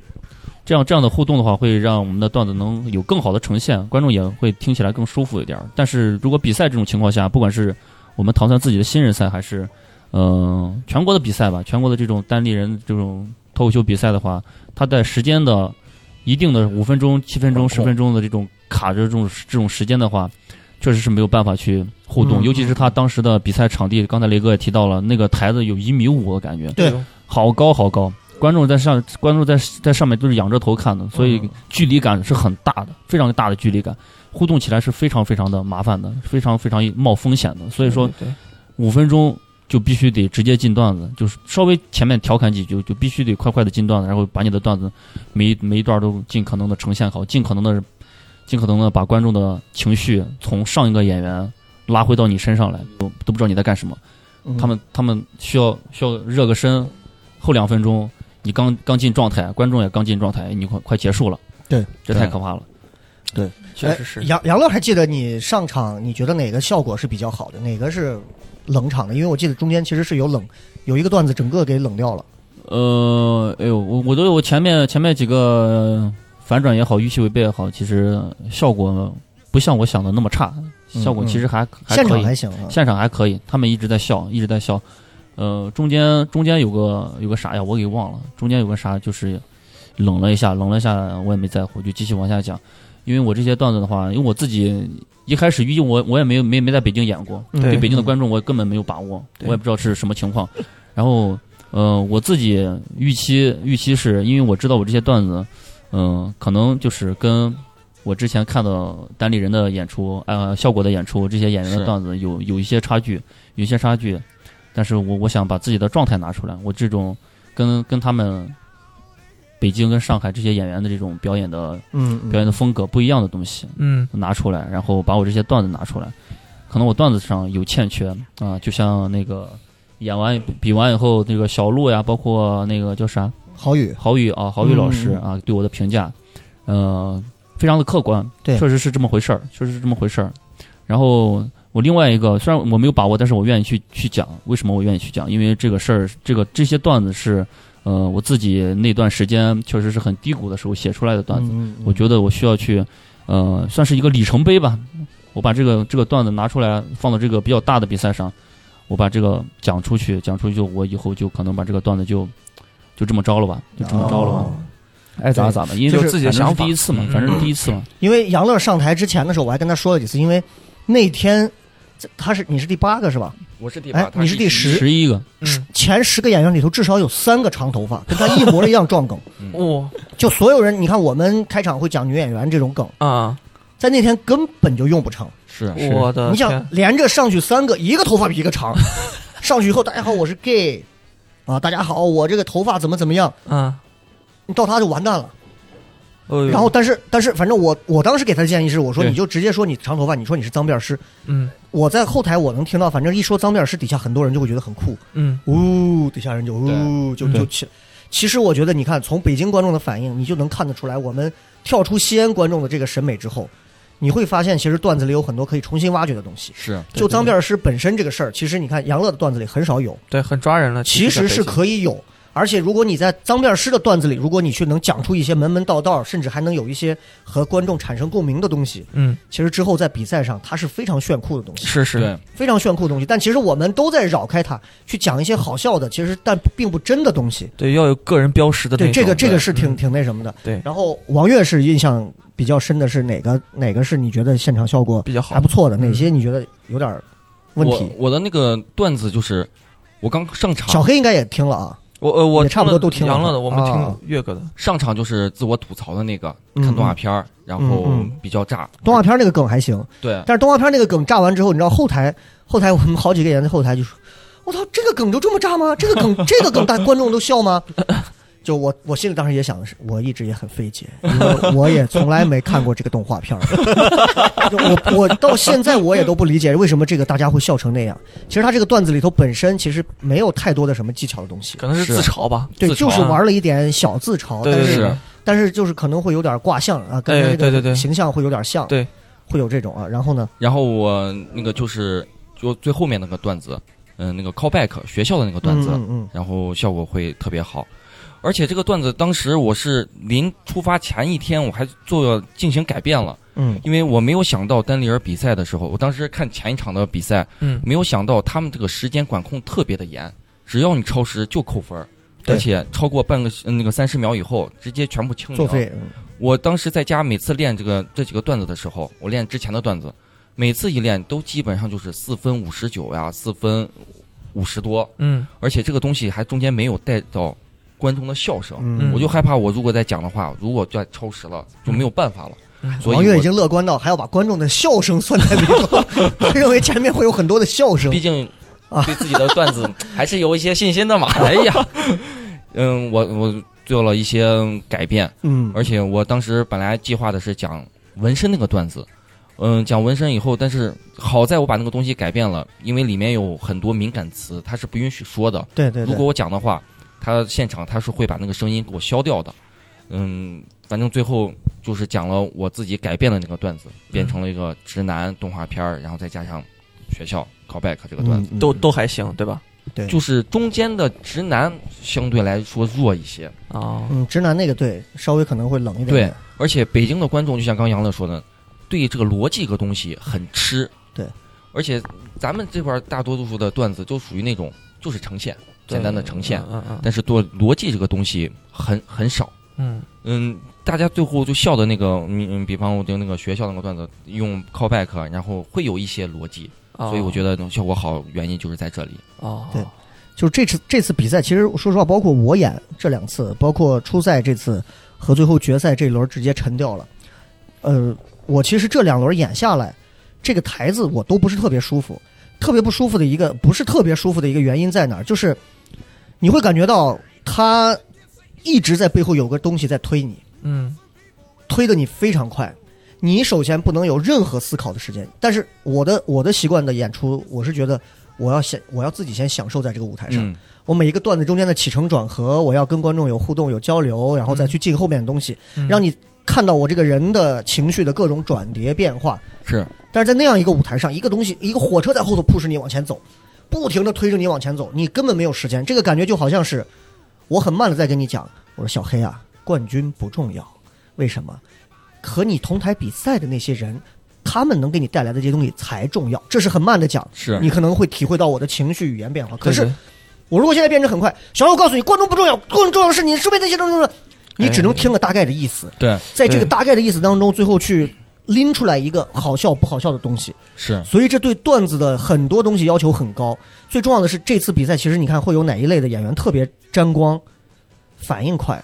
这样这样的互动的话，会让我们的段子能有更好的呈现，观众也会听起来更舒服一点儿。但是如果比赛这种情况下，不管是我们唐山自己的新人赛，还是嗯，全国的比赛吧，全国的这种单立人这种脱口秀比赛的话，它在时间的一定的五分钟、七分钟、十分钟的这种卡着这种这种时间的话，确实是没有办法去互嗯动。尤其是他当时的比赛场地，刚才雷哥也提到了，那个台子有一米五的感觉，对，好高好高，观众在上观众在在上面都是仰着头看的，所以距离感是很大的，非常大的距离感，互动起来是非常非常的麻烦的，非常非常冒风险的。所以说，对，五分钟就必须得直接进段子，就是稍微前面调侃几句，就必须得快快的进段子，然后把你的段子每一每一段都尽可能的呈现好，尽可能的尽可能的把观众的情绪从上一个演员拉回到你身上来，都都不知道你在干什么。嗯他们他们需要需要热个身，后两分钟你刚刚进状态，观众也刚进状态，你快快结束了。对，这太对可怕了。确实是哎。杨杨乐还记得你上场，你觉得哪个效果是比较好的？哪个是冷场的？因为我记得中间其实是有冷，有一个段子整个给冷掉了。呃，哎呦，我我都我前面前面几个反转也好，预期违背也好，其实效果不像我想的那么差，嗯效果其实还、还现可场以，还行啊，现场还可以，他们一直在笑，一直在笑。呃，中间中间有个有个啥呀，我给忘了，中间有个啥就是冷了一下，冷了一下，我也没在乎，就继续往下讲。因为我这些段子的话，因为我自己一开始因为我我也没有没没在北京演过，嗯对北京的观众我根本没有把握，对我也不知道是什么情况。然后，呃，我自己预期预期是因为我知道我这些段子，嗯、可能就是跟我之前看到单立人的演出，呃，效果的演出，这些演员的是段子有有一些差距，有一些差距。但是我我想把自己的状态拿出来，我这种跟跟他们北京跟上海这些演员的这种表演的嗯嗯表演的风格不一样的东西，嗯，拿出来，然后把我这些段子拿出来。可能我段子上有欠缺啊、就像那个演完比完以后，那个小鹿呀，包括那个叫啥郝宇，郝宇啊，郝宇老师嗯啊，对我的评价，呃，非常的客观，对确实是这么回事儿，确实是这么回事儿。然后我另外一个，虽然我没有把握，但是我愿意去去讲。为什么我愿意去讲？因为这个事儿，这个这些段子是，呃，我自己那段时间确实是很低谷的时候写出来的段子。嗯嗯嗯我觉得我需要去，呃，算是一个里程碑吧。我把这个这个段子拿出来，放到这个比较大的比赛上，我把这个讲出去，讲出去，我以后就可能把这个段子就就这么着了吧，就这么着了吧，哦爱咋咋吧，因为就这自己的反正想是法第一次嘛嗯，反正是第一次嘛，因为杨乐上台之前的时候，我还跟他说了几次，因为那天这他是你是第八个是吧？我是第哎八，他你是第十十一个，嗯前十个演员里头至少有三个长头发，跟他一模一样撞梗。 哇就所有人，你看我们开场会讲女演员这种梗，啊，在那天根本就用不成。是是我的你天想，连着上去三个，一个头发比一个长， 上去以后，大家好，我是 gay，啊，大家好，我这个头发怎么怎么样，啊，你到他就完蛋了。哎呦然后，但是但是，反正我我当时给他的建议是，我说对你就直接说你长头发，你说你是脏辫儿师。嗯我在后台我能听到，反正一说脏辫儿师，底下很多人就会觉得很酷，嗯，呜、底下人就呜就就对起。其实我觉得，你看从北京观众的反应，你就能看得出来，我们跳出西安观众的这个审美之后，你会发现其实段子里有很多可以重新挖掘的东西。是就脏辫儿师本身这个事儿，其实你看杨乐的段子里很少有，对，很抓人了。其实是在北京可以有。而且如果你在脏辫儿师的段子里，如果你去能讲出一些门门道道，甚至还能有一些和观众产生共鸣的东西，嗯，其实之后在比赛上它是非常炫酷的东西，是是，对非常炫酷的东西。但其实我们都在绕开它，去讲一些好笑的，其实但并不真的东西。对，要有个人标识的那对，种。这个这个是嗯挺挺那什么的。对然后王悦是印象比较深的是哪个？哪个是你觉得现场效果比较还好嗯不。错的？哪些你觉得有点儿问题？我我的那个段子就是，我刚上场，小黑应该也听了啊，我呃我也差不多都听了杨乐的，我们啊听粤歌的。上场就是自我吐槽的那个，嗯看动画片儿，然后嗯比较炸。动画片儿那个梗还行，对，但是动画片那个梗炸完之后，你知道后台后台我们好几个演员在后台就说：“我操，这个梗就这么炸吗？这个梗这个梗大观众都笑吗？” 就我我心里当时也想的是，我一直也很费解，因为我也从来没看过这个动画片儿。 就我我到现在我也都不理解为什么这个大家会笑成那样。其实他这个段子里头本身其实没有太多的什么技巧的东西，可能是是自嘲吧，对，自嘲就是玩了一点小自嘲，对但对是对，但是就是可能会有点卦象啊，跟他哎对这对对个形象会有点像，对，会有这种啊。然后呢，然后我那个就是就最后面那个段子，嗯、那个 callback 学校的那个段子，嗯嗯嗯然后效果会特别好。而且这个段子当时我是临出发前一天，我还做进行改变了，嗯，因为我没有想到丹尼尔比赛的时候，我当时看前一场的比赛，嗯没有想到他们这个时间管控特别的严，只要你超时就扣分儿，对而且超过半个呃那个三十秒以后，直接全部清作零。废。嗯我当时在家每次练这个这几个段子的时候，我练之前的段子，每次一练都基本上就是四分五十九呀，四分五十多，嗯，而且这个东西还中间没有带到观众的笑声，嗯我就害怕我如果再讲的话，如果再超时了就没有办法了，嗯所王以月我已经乐观到还要把观众的笑声算在里头， 他认为前面会有很多的笑声毕。竟对自己的段子还是有一些信心的嘛。哎呀， 嗯，我我做了一些改变，嗯，而且我当时本来计划的是讲纹身那个段子，嗯，讲纹身以后，但是好在我把那个东西改变了，因为里面有很多敏感词，它是不允许说的。对对如对果，我讲的话，他现场他是会把那个声音给我消掉的。嗯，反正最后就是讲了我自己改变的那个段子，变成了一个直男动画片儿，然后再加上学校 callback 这个段子，嗯嗯都都还行，对吧？嗯就是中间的直男相对来说弱一些。啊，嗯，直男那个对，稍微可能会冷一点。对，而且北京的观众就像刚杨乐说的，对这个逻辑这个东西很吃。对，而且咱们这块儿大多数的段子都属于那种就是呈现简单的呈现，嗯嗯但是做逻辑这个东西很很少。嗯嗯，大家最后就笑的那个，嗯，比方我就那个学校那个段子用 callback，然后会有一些逻辑，哦嗯，所以我觉得效果好，原因就是在这里。得哦，啊对就是这次这次比赛，其实说实话，包括我演这两次，包括初赛这次和最后决赛这一轮直接沉掉了。呃，我其实这两轮演下来，这个台子我都不是特别舒服。特别不舒服的一个，不是特别舒服的一个原因在哪儿？就是你会感觉到他一直在背后有个东西在推你，嗯推的你非常快。你首先不能有任何思考的时间，但是我的我的习惯的演出，我是觉得我要先我要自己先享受在这个舞台上，嗯我每一个段子中间的起承转合，我要跟观众有互动、有交流，然后再去进后面的东西，嗯让你看到我这个人的情绪的各种转叠变化。是，但是在那样一个舞台上，一个东西，一个火车在后头 push 你往前走，不停的推着你往前走，你根本没有时间。这个感觉就好像是我很慢的在跟你讲，我说小黑啊，冠军不重要，为什么？和你同台比赛的那些人，他们能给你带来的这些东西才重要。这是很慢的讲，是你可能会体会到我的情绪语言变化。可是对我如果现在变成很快，小黑，我告诉你，观众不重要，更重要的是你身边那些东西，你只能听个大概的意思。对，在这个对大概的意思当中，最后去拎出来一个好笑不好笑的东西。是所以这对段子的很多东西要求很高。最重要的是，这次比赛其实你看会有哪一类的演员特别沾光，反应快、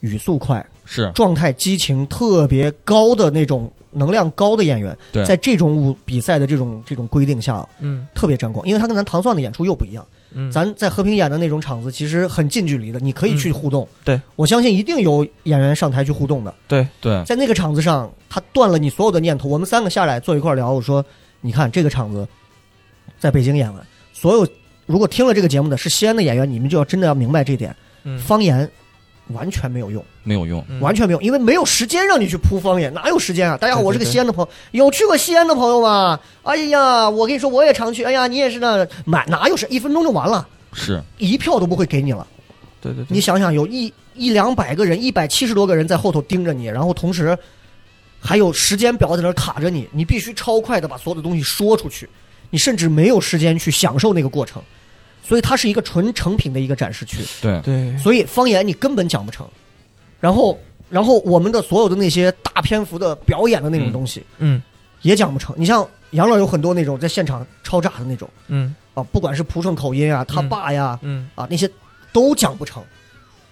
语速快、是，状态激情特别高的那种能量高的演员对，在这种舞比赛的这种这种规定下，嗯特别沾光，因为他跟咱糖蒜的演出又不一样。嗯，咱在和平演的那种场子，其实很近距离的，你可以去互动。对，嗯我相信一定有演员上台去互动的。对，在那个场子上，他断了你所有的念头。我们三个下来坐一块儿聊，我说：“你看这个场子，在北京演完，所有如果听了这个节目的是西安的演员，你们就要真的要明白这点，嗯方言完全没有用，没有用。嗯完全没有，因为没有时间让你去铺方言，哪有时间啊？大家好，对对我是个对西安的朋友，有去过西安的朋友吗？哎呀，我跟你说，我也常去。哎呀，你也是呢，买哪有时一分钟就完了，是一票都不会给你了。”对对对，你想想，有一一两百个人，一百七十多个人在后头盯着你，然后同时还有时间表在那儿卡着你，你必须超快的把所有的东西说出去，你甚至没有时间去享受那个过程，所以它是一个纯成品的一个展示区，对，对所以方言你根本讲不成。然后，然后我们的所有的那些大篇幅的表演的那种东西嗯也讲不成。你像杨乐有很多那种在现场超炸的那种嗯啊，不管是蒲城口音啊、他嗯爸呀、嗯啊那些都讲不成，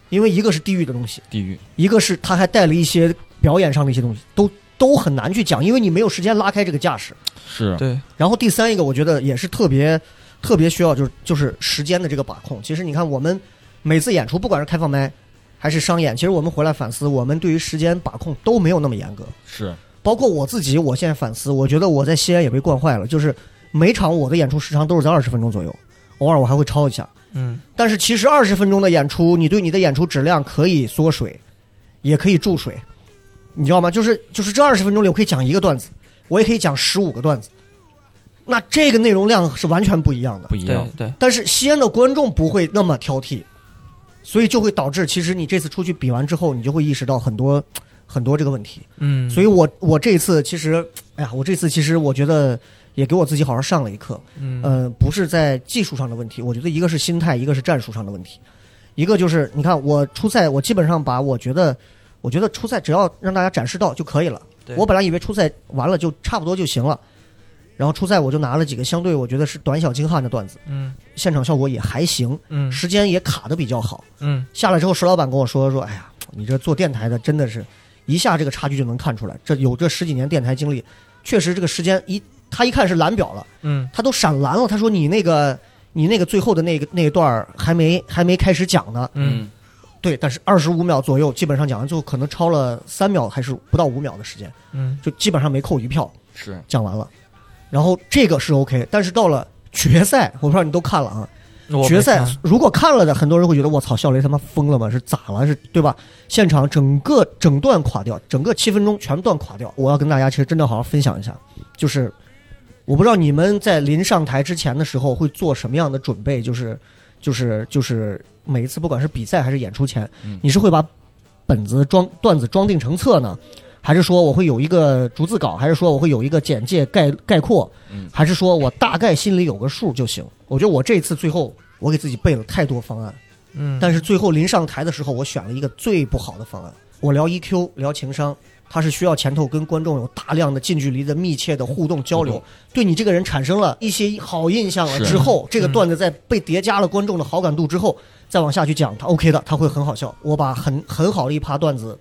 因为一个是地域的东西，地域，一个是他还带了一些表演上的一些东西，都都很难去讲，因为你没有时间拉开这个架势。是对，然后第三一个，我觉得也是特别特别需要，就是就是时间的这个把控。其实你看，我们每次演出，不管是开放麦还是商演，其实我们回来反思，我们对于时间把控都没有那么严格。是，包括我自己，我现在反思，我觉得我在西安也被惯坏了，就是每场我的演出时长都是在二十分钟左右，偶尔我还会超一下。嗯，但是其实二十分钟的演出，你对你的演出质量可以缩水，也可以注水，你知道吗？就是就是这二十分钟里，我可以讲一个段子，我也可以讲十五个段子，那这个内容量是完全不一样的不。一样对，对，但是西安的观众不会那么挑剔，所以就会导致，其实你这次出去比完之后，你就会意识到很多很多这个问题。嗯，所以我我这一次其实，哎呀，我这次其实我觉得也给我自己好好上了一课。嗯呃，不是在技术上的问题，我觉得一个是心态，一个是战术上的问题，一个就是你看我初赛，我基本上把我觉得，我觉得初赛只要让大家展示到就可以了。对我本来以为初赛完了就差不多就行了，然后初赛我就拿了几个相对我觉得是短小精悍的段子，嗯现场效果也还行，嗯时间也卡的比较好。嗯下来之后，石老板跟我说说，哎呀，你这做电台的真的是，一下这个差距就能看出来。这有这十几年电台经历，确实这个时间一他一看是蓝表了，嗯他都闪蓝了。他说你那个你那个最后的那个那一段儿还没还没开始讲呢，嗯，对，但是二十五秒左右基本上讲完，最后可能超了三秒还是不到五秒的时间，嗯，就基本上没扣一票是，讲完了。然后这个是 OK，但是到了决赛，我不知道你都看了啊，嗯我没决赛看如果看了的，很多人会觉得我操，笑雷他妈疯了吗？是咋了？是对吧？现场整个整段垮掉，整个七分钟全段垮掉。我要跟大家其实真的好好分享一下，就是我不知道你们在临上台之前的时候会做什么样的准备，就是就是就是每一次不管是比赛还是演出前，嗯你是会把本子装段子装订成册呢？还是说我会有一个逐字稿，还是说我会有一个简介概概括，嗯还是说我大概心里有个数就行？我觉得我这次最后我给自己备了太多方案，嗯，但是最后临上台的时候，我选了一个最不好的方案。我聊 EQ，聊情商，它是需要前头跟观众有大量的近距离的密切的互动交流，对你这个人产生了一些好印象了是之后，这个段子在被叠加了观众的好感度之后，再往下去讲，它 OK 的，它会很好笑。我把很很好的一趴段子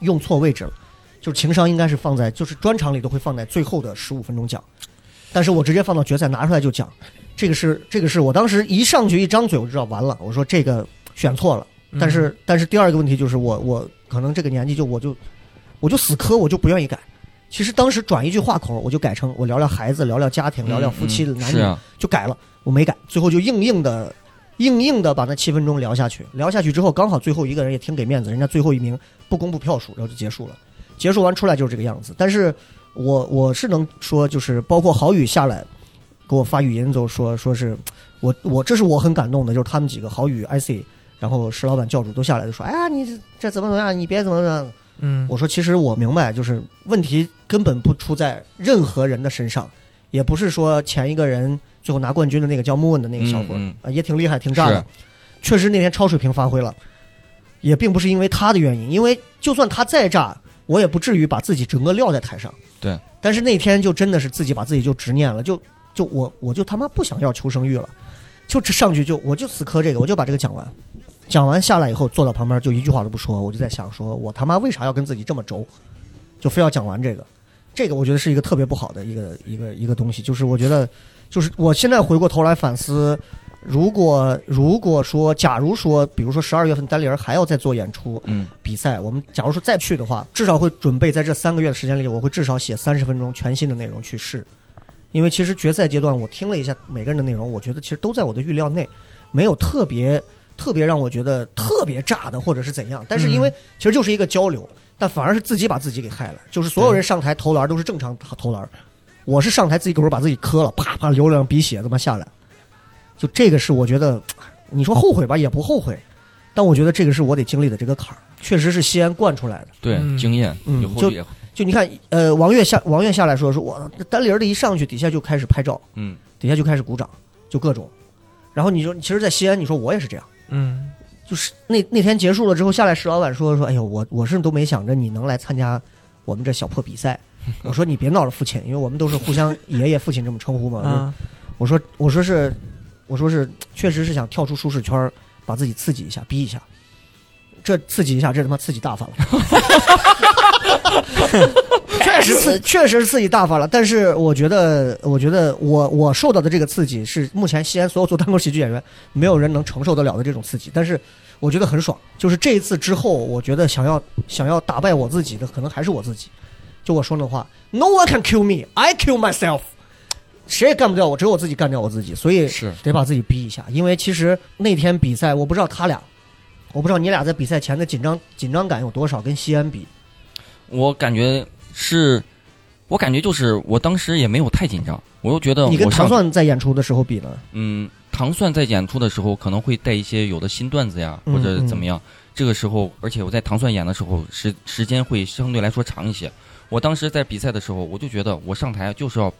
用错位置了，就是情商应该是放在就是专场里都会放在最后的十五分钟讲，但是我直接放到决赛拿出来就讲，这个是这个是我当时一上去一张嘴我就知道完了，我说这个选错了。但是嗯但是第二个问题就是我我可能这个年纪就我就我就死磕，我就不愿意改。其实当时转一句话口，我就改成我聊聊孩子，聊聊家庭，聊聊夫妻嗯嗯男是女，啊，就改了。我没改，最后就硬硬的硬硬的把那七分钟聊下去。聊下去之后，刚好最后一个人也挺给面子，人家最后一名不公布票数，然后就结束了。结束完出来就是这个样子。但是我我是能说，就是包括郝宇下来给我发语音就说说是我我这是我很感动的，就是他们几个郝宇 IC，然后石老板教主都下来就说，哎呀你这这怎么怎么样，你别怎么怎么样。嗯，我说，其实我明白，就是问题根本不出在任何人的身上，也不是说前一个人最后拿冠军的那个叫莫文的那个小伙儿嗯嗯啊，也挺厉害，挺炸的是，确实那天超水平发挥了，也并不是因为他的原因，因为就算他再炸，我也不至于把自己整个撂在台上。对，但是那天就真的是自己把自己就执念了，就就我我就他妈不想要求生欲了，就这上去就我就死磕这个，我就把这个讲完。讲完下来以后，坐到旁边就一句话都不说，我就在想说，我他妈为啥要跟自己这么轴，就非要讲完这个？这个我觉得是一个特别不好的一个一个一个东西，就是我觉得，就是我现在回过头来反思，如果如果说，假如说，比如说十二月份单立人还要再做演出嗯，比赛，我们假如说再去的话，至少会准备在这三个月的时间里，我会至少写三十分钟全新的内容去试，因为其实决赛阶段我听了一下每个人的内容，我觉得其实都在我的预料内，没有特别特别让我觉得特别炸的或者是怎样，但是因为其实就是一个交流，但反而是自己把自己给害了，就是所有人上台投篮都是正常投篮，我是上台自己一会儿把自己磕了，啪啪流两鼻血，他妈下来，就这个是我觉得，你说后悔吧也不后悔，但我觉得这个是我得经历的这个坎儿，确实是西安惯出来的。对，嗯经验嗯有后就也，就你看，呃，王悦下王悦下来说说，我单立人的一上去底下就开始拍照，嗯，底下就开始鼓掌，就各种，然后你说，其实，在西安，你说我也是这样。嗯就是那那天结束了之后下来，石老板说说，哎呦，我我是都没想着你能来参加我们这小破比赛。我说你别闹了，父亲，因为我们都是互相爷爷、父亲这么称呼嘛。 啊我说我说是，我说是，确实是想跳出舒适圈儿，把自己刺激一下，逼一下。这刺激一下，这他妈刺激大发了。 确实 刺，确实是刺激大发了。但是我觉得，我觉得我我受到的这个刺激是目前西安所有做单口喜剧演员没有人能承受得了的这种刺激。但是我觉得很爽，就是这一次之后，我觉得想要想要打败我自己的，可能还是我自己。就我说那话，No one can kill me, I kill myself。谁也干不掉我，只有我自己干掉我自己，所以是得把自己逼一下。因为其实那天比赛，我不知道他俩，我不知道你俩在比赛前的紧张紧张感有多少，跟西安比，我感觉是，我感觉就是我当时也没有太紧张，我又觉得你跟嗯我糖上蒜在演出的时候比呢？嗯，糖蒜在演出的时候可能会带一些有的新段子呀，嗯或者怎么样。这个时候，而且我在糖蒜演的时候时时间会相对来说长一些。我当时在比赛的时候，我就觉得我上台就是要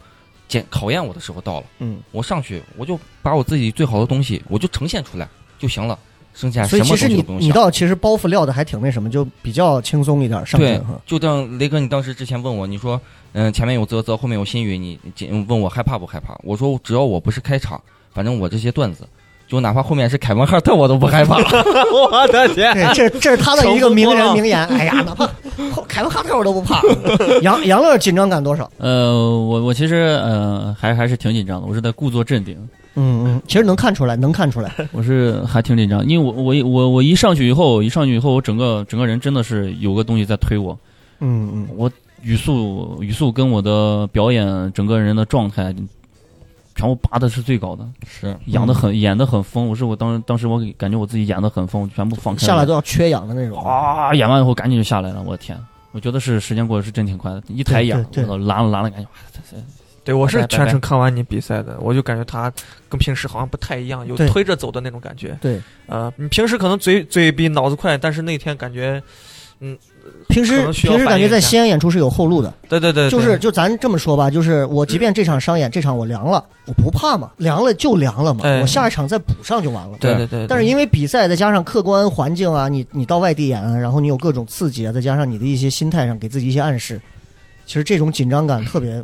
检考验我的时候到了，嗯，我上去我就把我自己最好的东西我就呈现出来就行了，剩哎下所什以其么东实西你都不用你想。倒其实包袱撂的还挺那什么，就比较轻松一点上去对哈，。就像雷哥，你当时之前问我，你说，嗯、前面有泽泽，后面有新宇，你你问我害怕不害怕？我说，只要我不是开场，反正我这些段子，就哪怕后面是凯文哈特，我都不害怕。我的天，对，这这是他的一个名乘风破人浪名言。哎呀，哪怕后凯文哈特我都不怕。杨杨乐紧张感多少？呃，我我其实呃还还是挺紧张的，我是在故作 镇定，嗯嗯，其实能看出来，能看出来。我是还挺紧张，因为我我一我我一上去以后，一上去以后，我整个整个人真的是有个东西在推我，嗯嗯，我语速语速跟我的表演整个人的状态，全部拔的是最高的，是，演的很演的很疯，我是我当时当时我感觉我自己演的很疯，全部放开下来了都要缺氧的那种。哦啊，演完以后赶紧就下来了，我的天！我觉得是时间过得是真挺快的，一抬眼，对对我拉了拉了，感觉哇塞塞对我是拜拜全程看完你比赛的，我就感觉他跟平时好像不太一样，有对推着走的那种感觉。对，呃，你平时可能嘴嘴比脑子快，但是那天感觉，平时可能需要平时感反觉应一在下西安演出是有后路的，对对对，对就是就咱这么说吧，就是我即便这场商演，这场我凉了，我不怕嘛，凉了就凉了嘛，哎我下一场再补上就完了。对对对，但是因为比赛，再加上客观环境啊，你你到外地演啊，然后你有各种刺激啊，再加上你的一些心态上给自己一些暗示，其实这种紧张感特别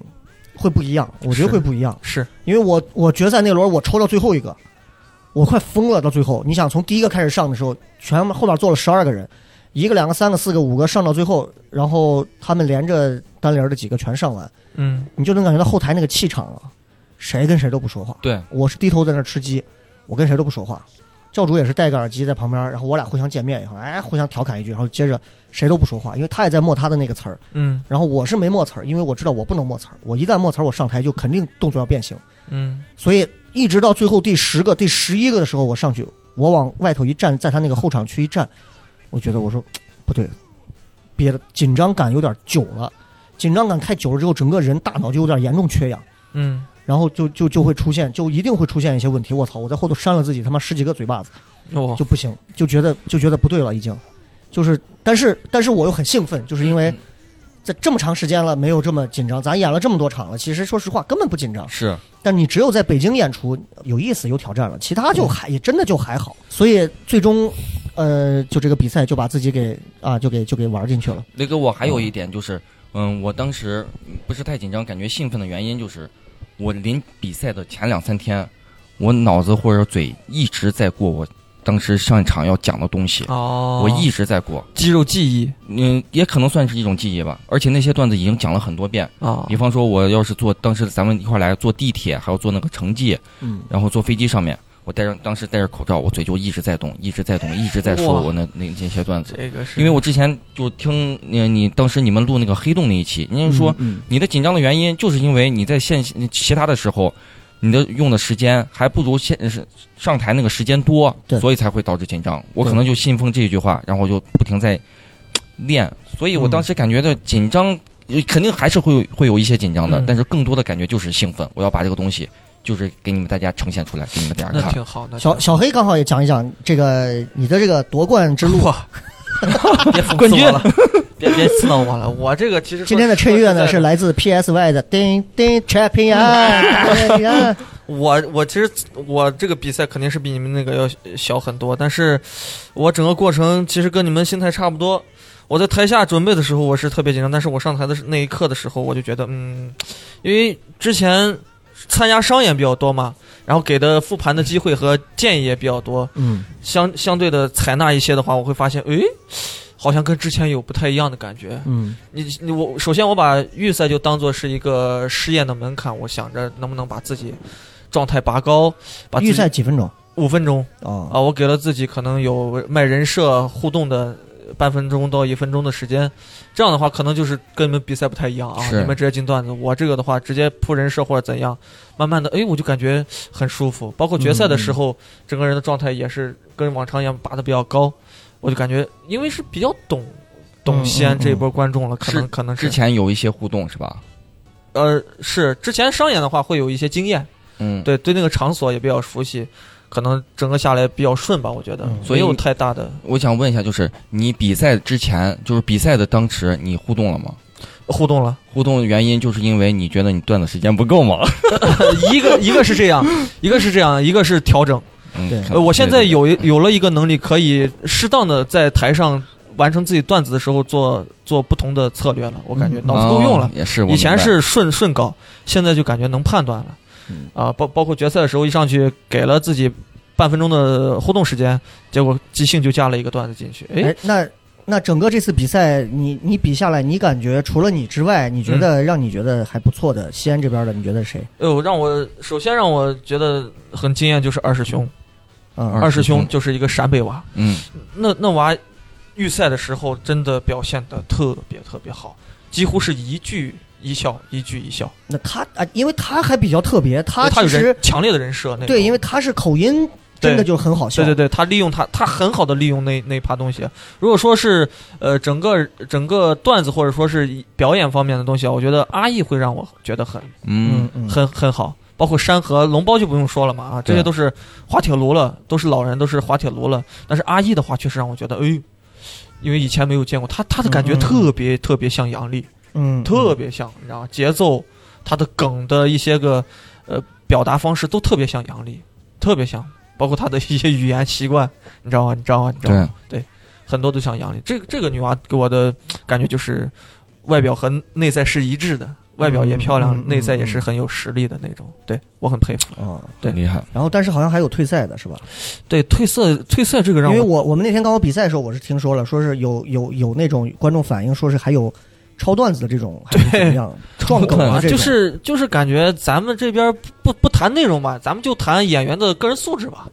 会不一样，我觉得是会不一样。是因为我我决赛那轮我抽到最后一个，我快疯了。到最后，你想从第一个开始上的时候，全后面坐了十二个人，一个、两个、三个、四个、五个上到最后，然后他们连着单连的几个全上完，嗯，你就能感觉到后台那个气场啊，谁跟谁都不说话。对，我是低头在那儿吃鸡，我跟谁都不说话。教主也是戴个耳机在旁边，然后我俩互相见面以后，哎，互相调侃一句，然后接着谁都不说话，因为他也在默他的那个词儿，嗯然后我是没默词儿，因为我知道我不能默词儿，我一旦默词儿，我上台就肯定动作要变形。嗯所以一直到最后第十个、第十一个的时候，我上去，我往外头一站，在他那个后场区一站，我觉得我说不对，憋的紧张感有点久了，紧张感太久了之后，整个人大脑就有点严重缺氧，嗯，然后就就就会出现，就一定会出现一些问题。我操，我在后头扇了自己他妈十几个嘴巴子，我就不行，就觉得就觉得不对了，已经，就是但是但是我又很兴奋，就是因为。在这么长时间了，没有这么紧张。咱演了这么多场了，其实说实话根本不紧张。是但你只有在北京演出有意思、有挑战了，其他就还也真的就还好。所以最终，呃，就这个比赛就把自己给啊，就给就给玩进去了。雷哥，我还有一点就是，嗯，我当时不是太紧张，感觉兴奋的原因就是，我临比赛的前两三天，我脑子或者嘴一直在过我当时上一场要讲的东西，哦，我一直在过，肌肉记忆嗯，也可能算是一种记忆吧。而且那些段子已经讲了很多遍，啊比，方说，我要是坐当时咱们一块儿来坐地铁，还有坐那个城际，嗯，然后坐飞机上面，我戴上当时戴着口罩，我嘴就一直在动，一直在动，一直在说哇我那那那些段子。这个是因为我之前就听你你当时你们录那个黑洞那一期，人家说嗯，你的紧张的原因就是因为你在线其他的时候，你的用的时间还不如现是上台那个时间多对，所以才会导致紧张。我对可能就信奉这句话，然后就不停在练，所以我当时感觉到紧张，呃肯定还是会有会有一些紧张的，嗯但是更多的感觉就是兴奋，我要把这个东西就是给你们大家呈现出来，给你们大家那看。挺好，那小小黑刚好也讲一讲这个你的这个夺冠 之路。 别冠冠军别别刺到我了，我这个其实今天的衬乐呢是来。来自 PSY 的《叮叮 Champion》Champion。嗯我我其实我这个比赛肯定是比你们那个要小很多，但是我整个过程其实跟你们心态差不多。我在台下准备的时候我是特别紧张，但是我上台的那一刻的时候，我就觉得嗯，因为之前参加商演比较多嘛，然后给的复盘的机会和建议也比较多，嗯，相相对的采纳一些的话，我会发现，诶，好像跟之前有不太一样的感觉。嗯你你我首先我把预赛就当做是一个试验的门槛，我想着能不能把自己状态拔高，把自己预赛几分钟？五分钟啊，哦，我给了自己可能有卖人设互动的半分钟到一分钟的时间，这样的话可能就是跟你们比赛不太一样啊，是你们直接进段子，我这个的话直接铺人设或者怎样，慢慢的，哎，我就感觉很舒服，包括决赛的时候，整个人的状态也是跟往常一样拔的比较高，我就感觉因为是比较懂。懂西安这一波观众了，可能是可能是之前有一些互动是吧？呃，是之前商演的话会有一些经验，嗯，，对对那个场所也比较熟悉，可能整个下来比较顺吧，我觉得、嗯没有太大的我想问一下，就是你比赛之前，就是比赛的当时，你互动了吗？互动了。 互动的原因就是因为你觉得你段的时间不够吗？ 呃一个一个是这样，一个是这样，一个是调整。嗯对，可呃，能我现在对有一有了一个能力，可以适当的在台上完成自己段子的时候做做不同的策略了。我感觉嗯脑子够用了哦。也是我以前明白是顺顺搞，现在就感觉能判断了嗯。啊，包包括决赛的时候，一上去给了自己半分钟的互动时间，结果即兴就加了一个段子进去。哎，哎，那那整个这次比赛，你你比下来，你感觉除了你之外，你觉得让你觉得还不错的，西安这边的，你觉得是谁？哎呦，让我首先让我觉得很惊艳就是二师兄，嗯，二二师师兄兄就是一个陕北娃，嗯，那那娃预赛的时候真的表现的特别特别好，几乎是一句一笑，一句一笑。那他啊，因为他还比较特别，他他其有人实强烈的人设，那种对，因为他是口音真的就很好笑。对对对，他利用他他很好的利用那那一趴东西。如果说是呃整个整个段子或者说是以表演方面的东西啊，我觉得阿义会让我觉得很嗯，嗯很很好。包括山河龙包就不用说了嘛啊，这对些都是滑铁卢了，都是老人，都是滑铁卢了。但是阿义的话，确实让我觉得，哎呦，因为以前没有见过他，他的感嗯觉嗯嗯特别、特别像杨笠，嗯，特别像，你知道吗？节奏、他的梗的一些个呃表达方式都特别像杨笠，特别像，包括他的一些语言习惯，你知道吗？你知道吗？你知道对吗？，很多都像杨笠。这个这个女娃给我的感觉就是，外表和内在是一致的，外表也漂亮，嗯嗯嗯内在也是很有实力的那种。对我很佩服。哦，对厉害，然后但是好像还有退赛的是吧？对褪色褪色这个因让为我我我们那天刚好比赛的时候，我是听说了，说是有有有那种观众反映，说是还有超段子的这种，还是怎么样撞梗啊啊，这 就种。是就是感觉咱们这边不不谈内容吧，咱们就谈演员的个人素质吧。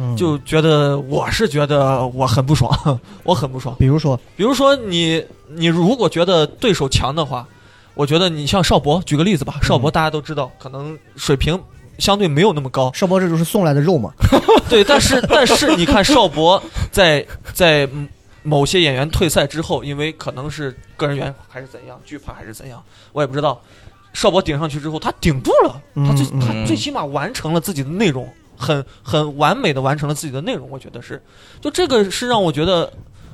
嗯就觉得我是觉得我很不爽， 我很不爽。比如说，，比如说你，你如果觉得对手强的话，我觉得你像邵博，举个例子吧，邵博大家都知道，可能水平相对没有那么高少博这就是送来的肉嘛， 对，但 是但是你看邵博在在某些演员退赛之后，因为可能是个人缘还是怎样，惧怕还是怎样，我也不知道。邵博顶上去之后，他顶住了，他最嗯嗯他嗯最起码完成了自己的内容，很很完美的完成了自己的内容，我觉得是，就这个是让我觉得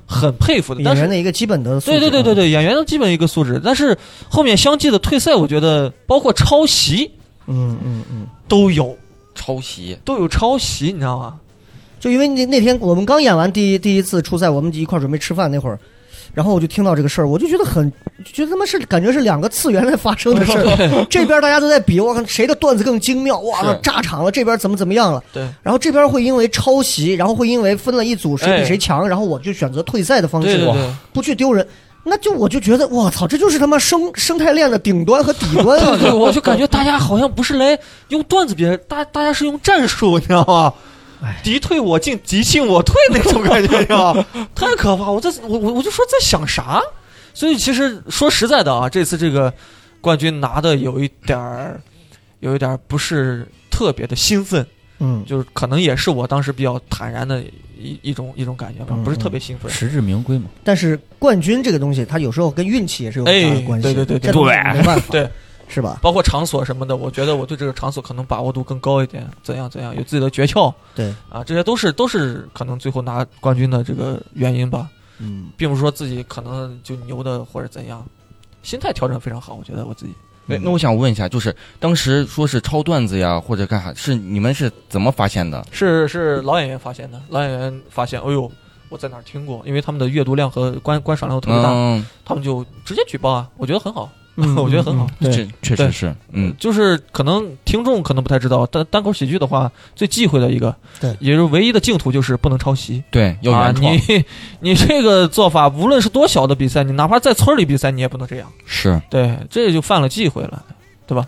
很佩服的。嗯演但员是的一个基本的素质对啊。对对对对，演员的基本一个素质，但是后面相继的退赛，我觉得包括抄袭嗯嗯嗯。都有抄袭，都有抄袭，你知道吗？就因为那那天我们刚演完第一第一次初赛，我们一块儿准备吃饭那会儿，然后我就听到这个事儿，我就觉得很，就觉得他妈是感觉是两个次元在发生的事儿。这边大家都在比，我看谁的段子更精妙，哇，是炸场了，这边怎么怎么样了。对然后这边会因为抄袭，然后会因为分了一组谁比谁强，然后我就选择退赛的方式，对对哇对。不去丢人。那就我就觉得，我操，这就是他妈生生态链的顶端和底端 啊！对，我就感觉大家好像不是来用段子别人，大大家是用战术，你知道吗？哎敌退我进，敌进我退那种感觉，你知道吗？太可怕！我在我我我就说在想啥？所以其实说实在的啊，这次这个冠军拿的有一点儿，有一点儿不是特别的兴奋，嗯，就是可能也是我当时比较坦然的一一种一种感觉吧嗯，不是特别兴奋。实至名归嘛。 但是冠军这个东西，它有时候跟运气也是有很大的哎关系。对对对对这东西对没办法，对，是吧？包括场所什么的，我觉得我对这个场所可能把握度更高一点，怎样怎样，有自己的诀窍。对啊，这些都是都是可能最后拿冠军的这个原因吧，嗯，并不是说自己可能就牛的或者怎样，心态调整非常好，我觉得我自己。那那我想问一下，就是当时说是抄段子呀，或者干啥，是你们是怎么发现的？是是老演员发现的，老演员发现，哎呦，我在哪儿听过？因为他们的阅读量和观观赏量都特别大，嗯，他们就直接举报啊，我觉得很好，嗯 我觉得很好。嗯对，这确实是，嗯，就是可能听众可能不太知道，单单口喜剧的话，最忌讳的一个，对也就是唯一的净土就是不能抄袭。对，要原创啊、你 你这个做法，无论是多小的比赛，你哪怕在村里比赛，你也不能这样。是对，这就犯了忌讳了。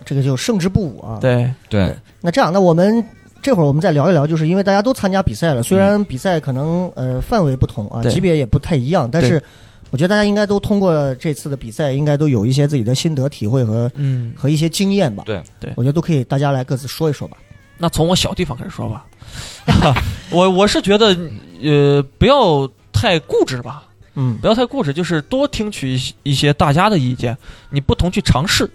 这个就胜之不武啊。，对，对，那这样，那我们这会儿我们再聊一聊，就是因为大家都参加比赛了，虽然比赛可能呃范围不同啊，对级别也不太一样，但对是我觉得大家应该都通过这次的比赛，应该都有一些自己的心得体会和嗯，和一些经验吧。对对我觉得都可以，大家来各自说一说吧。那从我小地方开始说吧， 我我是觉得，呃，不要太固执吧，嗯不要太固执，就是多听取一些一些大家的意见，你不同去尝试，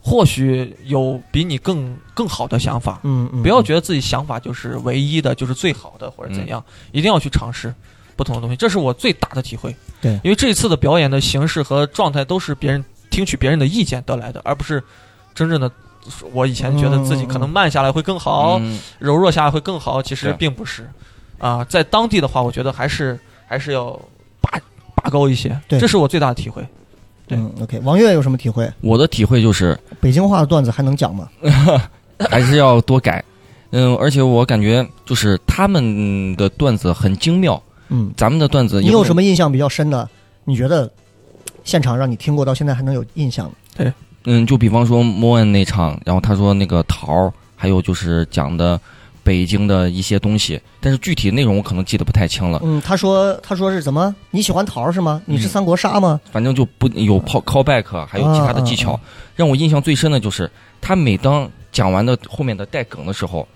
或许有比你更更好的想法。嗯嗯，不要觉得自己想法就是唯一的，就是最好的，或者怎样，一定要去尝试不同的东西，这是我最大的体会。对因为这一次的表演的形式和状态都是别人听取别人的意见得来的，而不是真正的。我以前觉得自己可能慢下来会更好，嗯柔弱下来会更好，其实对并不是。啊、在当地的话，我觉得还是还是要拔拔高一些，对这是我最大的体会。对嗯，OK，王悦有什么体会？我的体会就是北京话的段子还能讲吗？还是要多改，嗯，而且我感觉就是他们的段子很精妙，嗯，咱们的段子你也有会什么印象比较深的？你觉得现场让你听过到现在还能有印象的？嗯，就比方说莫恩那场，然后他说那个桃儿，还有就是讲的北京的一些东西，但是具体内容我可能记得不太清了， 嗯，他说他说是怎么？你喜欢桃儿是吗？嗯你是三国杀吗？反正就不有 call callback，还有其他的技巧。啊让我印象最深的就是他每当讲完的后面的带梗的时候，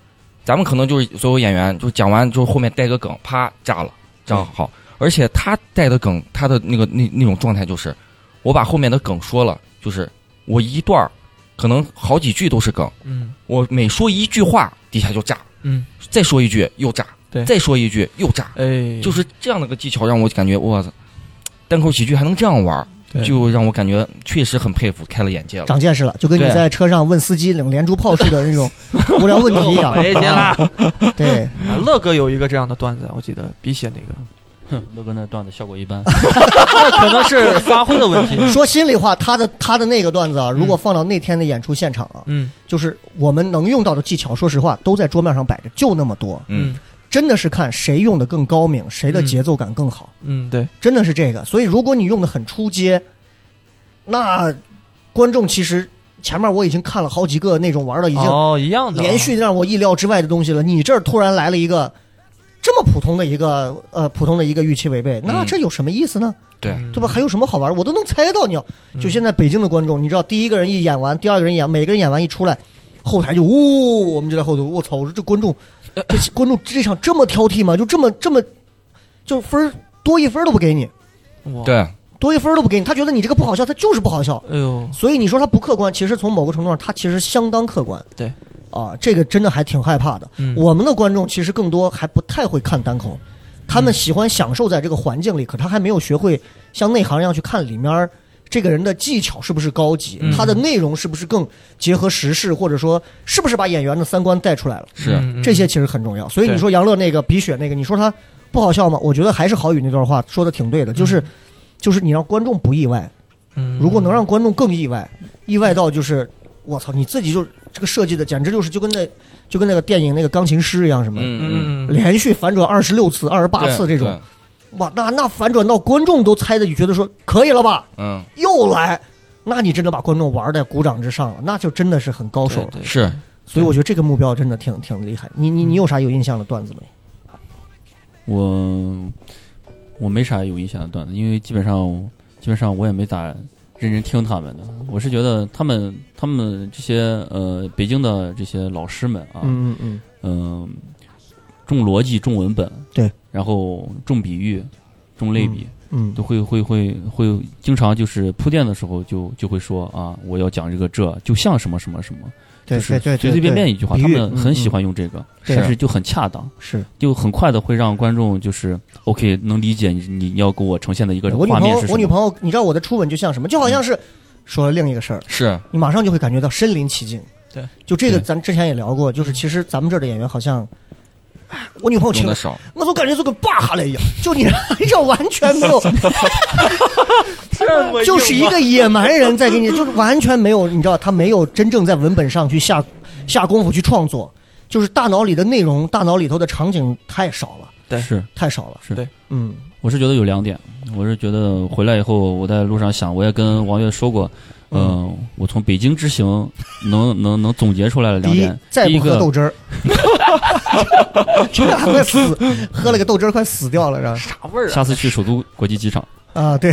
咱们可能就是所有演员就讲完就后面带个梗，啪炸了，这样嗯好。而且他带的梗，他的那个那那种状态就是，我把后面的梗说了，就是我一段儿可能好几句都是梗。嗯我每说一句话，底下就炸，嗯，再说一句又炸，对再说一句又炸，嗯哎，就是这样的一个技巧，让我感觉哇塞，单口喜剧还能这样玩对儿，就让我感觉确实很佩服，开了眼界了。长见识了，就跟你对在车上问司机那种连珠炮似的那种无聊问题一样。 回家。 对，啊乐哥有一个这样的段子，我记得比写那个，哼乐哥那段子效果一般， 那可能是发挥的问题。说心里话，他的他的那个段子啊，如果放到那天的演出现场啊，嗯就是我们能用到的技巧，说实话都在桌面上摆着，就那么多，嗯，真的是看谁用的更高明，谁的嗯节奏感更好。嗯，对，真的是这个。所以如果你用的很出街，那观众其实前面我已经看了好几个那种玩的已经哦一样的，连续让我意料之外的东西了，你这儿突然来了一个。这么普通的一个呃普通的一个预期违背，那嗯这有什么意思呢？对嗯对吧？还有什么好玩？我都能猜到你要。嗯就现在北京的观众，你知道，第一个人一演完，第二个人演，每个人演完一出来，后台就呜、我们就在后头，我操！我说这观众，这观众这场这么挑剔吗？就这么这么，就分儿多一分儿都不给你。嗯哇，对，多一分都不给你，他觉得你这个不好笑，他就是不好笑。哎呦，所以你说他不客观，其实从某个程度上，他其实相当客观。对，啊，这个真的还挺害怕的。嗯我们的观众其实更多还不太会看单口，他们喜欢享受在这个环境里，可他还没有学会像内行一样去看里面儿这个人的技巧是不是高级，嗯他的内容是不是更结合时事，或者说是不是把演员的三观带出来了。是嗯这些其实很重要。所以你对说杨乐那个鼻血那个，你说他不好笑吗？我觉得还是郝宇那段话说的挺对的，就是、就是你让观众不意外，嗯如果能让观众更意外，意外到就是我操，你自己就这个设计的简直就是就跟那就跟那个电影那个钢琴师一样什么。嗯嗯，嗯嗯连续反转二十六次、二十八对次这，种，对哇，那那反转到观众都猜的，你觉得说可以了吧？嗯，又来，那你真的把观众玩在鼓掌之上了，那就真的是很高手了。对对是所以我觉得这个目标真的挺挺厉害。你嗯你你有啥有印象的段子没？我我没啥有印象的段子，因为基本上基本上我也没咋认真听他们的。我是觉得他们他们这些呃北京的这些老师们啊，嗯嗯嗯，嗯、重逻辑重文本，啊对，然后重比喻重类比，嗯都会会会会经常就是铺垫的时候就就会说啊，我要讲这个这就像什么什么什么，对就是对对，随随便便一句话，比他喻嗯们很喜欢用这个，对但是就很恰当。是就很快的会让观众就是 OK 能理解你你要给我呈现的一个我女画朋面友是，什我女么。朋友，你知道我的初吻就像什么？就好像是说了另一个事儿，是，你马上就会感觉到身临其境。对，就这个对咱之前也聊过，就是其实咱们这儿的演员好像我女朋友用听的了，少，我都感觉就跟扒下来一样，就你这完全没有，这么啊就是一个野蛮人在给你，就是完全没有，你知道他没有真正在文本上去下下功夫去创作，就是大脑里的内容，大脑里头的场景太少了，对是太少了，是对，嗯，我是觉得有两点，我是觉得回来以后，我在路上想，我也跟王悦说过，嗯、我从北京之行能能能总结出来了第两一点，再第一不喝豆个汁儿，这还快死，喝了个豆汁儿快死掉了，是吧？啥味儿啊？下次去首都国际机场。啊，对，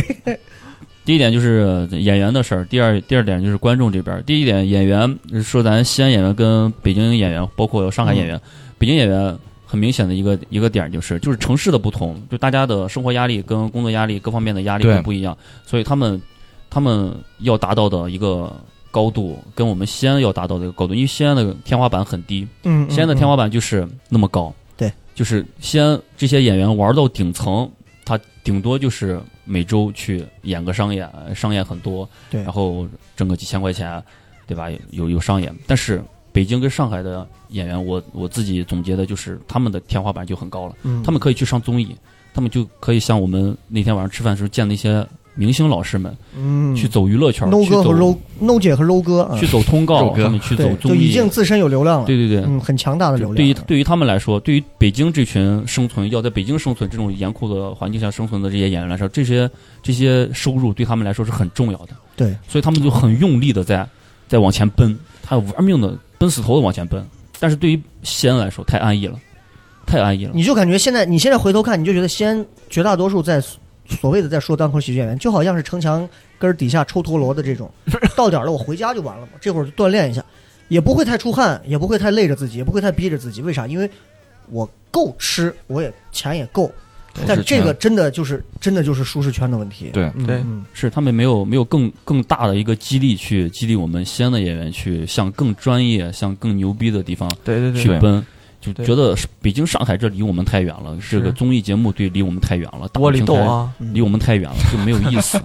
第一点就是演员的事儿，第二第二点就是观众这边儿。第一点，演员说咱西安演员跟北京演员，包括上海演员，北京演员很明显的一个一个点儿就是，就是城市的不同，就大家的生活压力跟工作压力各方面的压力对都不一样，所以他们他们要达到的一个高度，跟我们西安要达到的一个高度，因为西安的天花板很低，嗯，嗯西安的天嗯花板就是那么高。对，就是西安这些演员玩到顶层，他顶多就是每周去演个商演，商演很多，对然后挣个几千块钱，对吧？有有商演，但是北京跟上海的演员，我我自己总结的就是他们的天花板就很高了，嗯他们可以去上综艺，他们就可以像我们那天晚上吃饭的时候见那些明星老师们、嗯去走娱乐圈， ，no 去哥和走 low no 姐和 low 哥啊去，走通肉告，鸽他们去走对，就综已艺，经自身有流量了，对对对，嗯，很强大的流量，对于对于他们来说，对于北京这群生存要在北京生存这种严酷的环境下生存的这些演员来说，这些这些收入对他们来说是很重要的，对，所以他们就很用力的在在往前奔，他要玩命的奔死头的往前奔。但是对于西安来说，太安逸了，太安逸了。你就感觉现在，你现在回头看，你就觉得西安绝大多数在所所谓的在说单口喜剧演员，就好像是城墙根儿底下抽陀螺的这 种，到点儿了我回家就完了嘛，这会儿就锻炼一下，也不会太出汗，也不会太累着自己，也不会太逼着自己。为啥？因为我够吃，我也钱也够，但这个真的就是真的就是舒适圈的问题。对嗯对嗯是他们没有没有更更大的一个激励去激励我们西安的演员去向更专业、向更牛逼的地方对对对去对，奔，就对觉得是北京、上海这离我们太远了，这是个综艺节目对离我们太远了，大窝里平斗台啊，嗯离我们太远了，就没有 意思，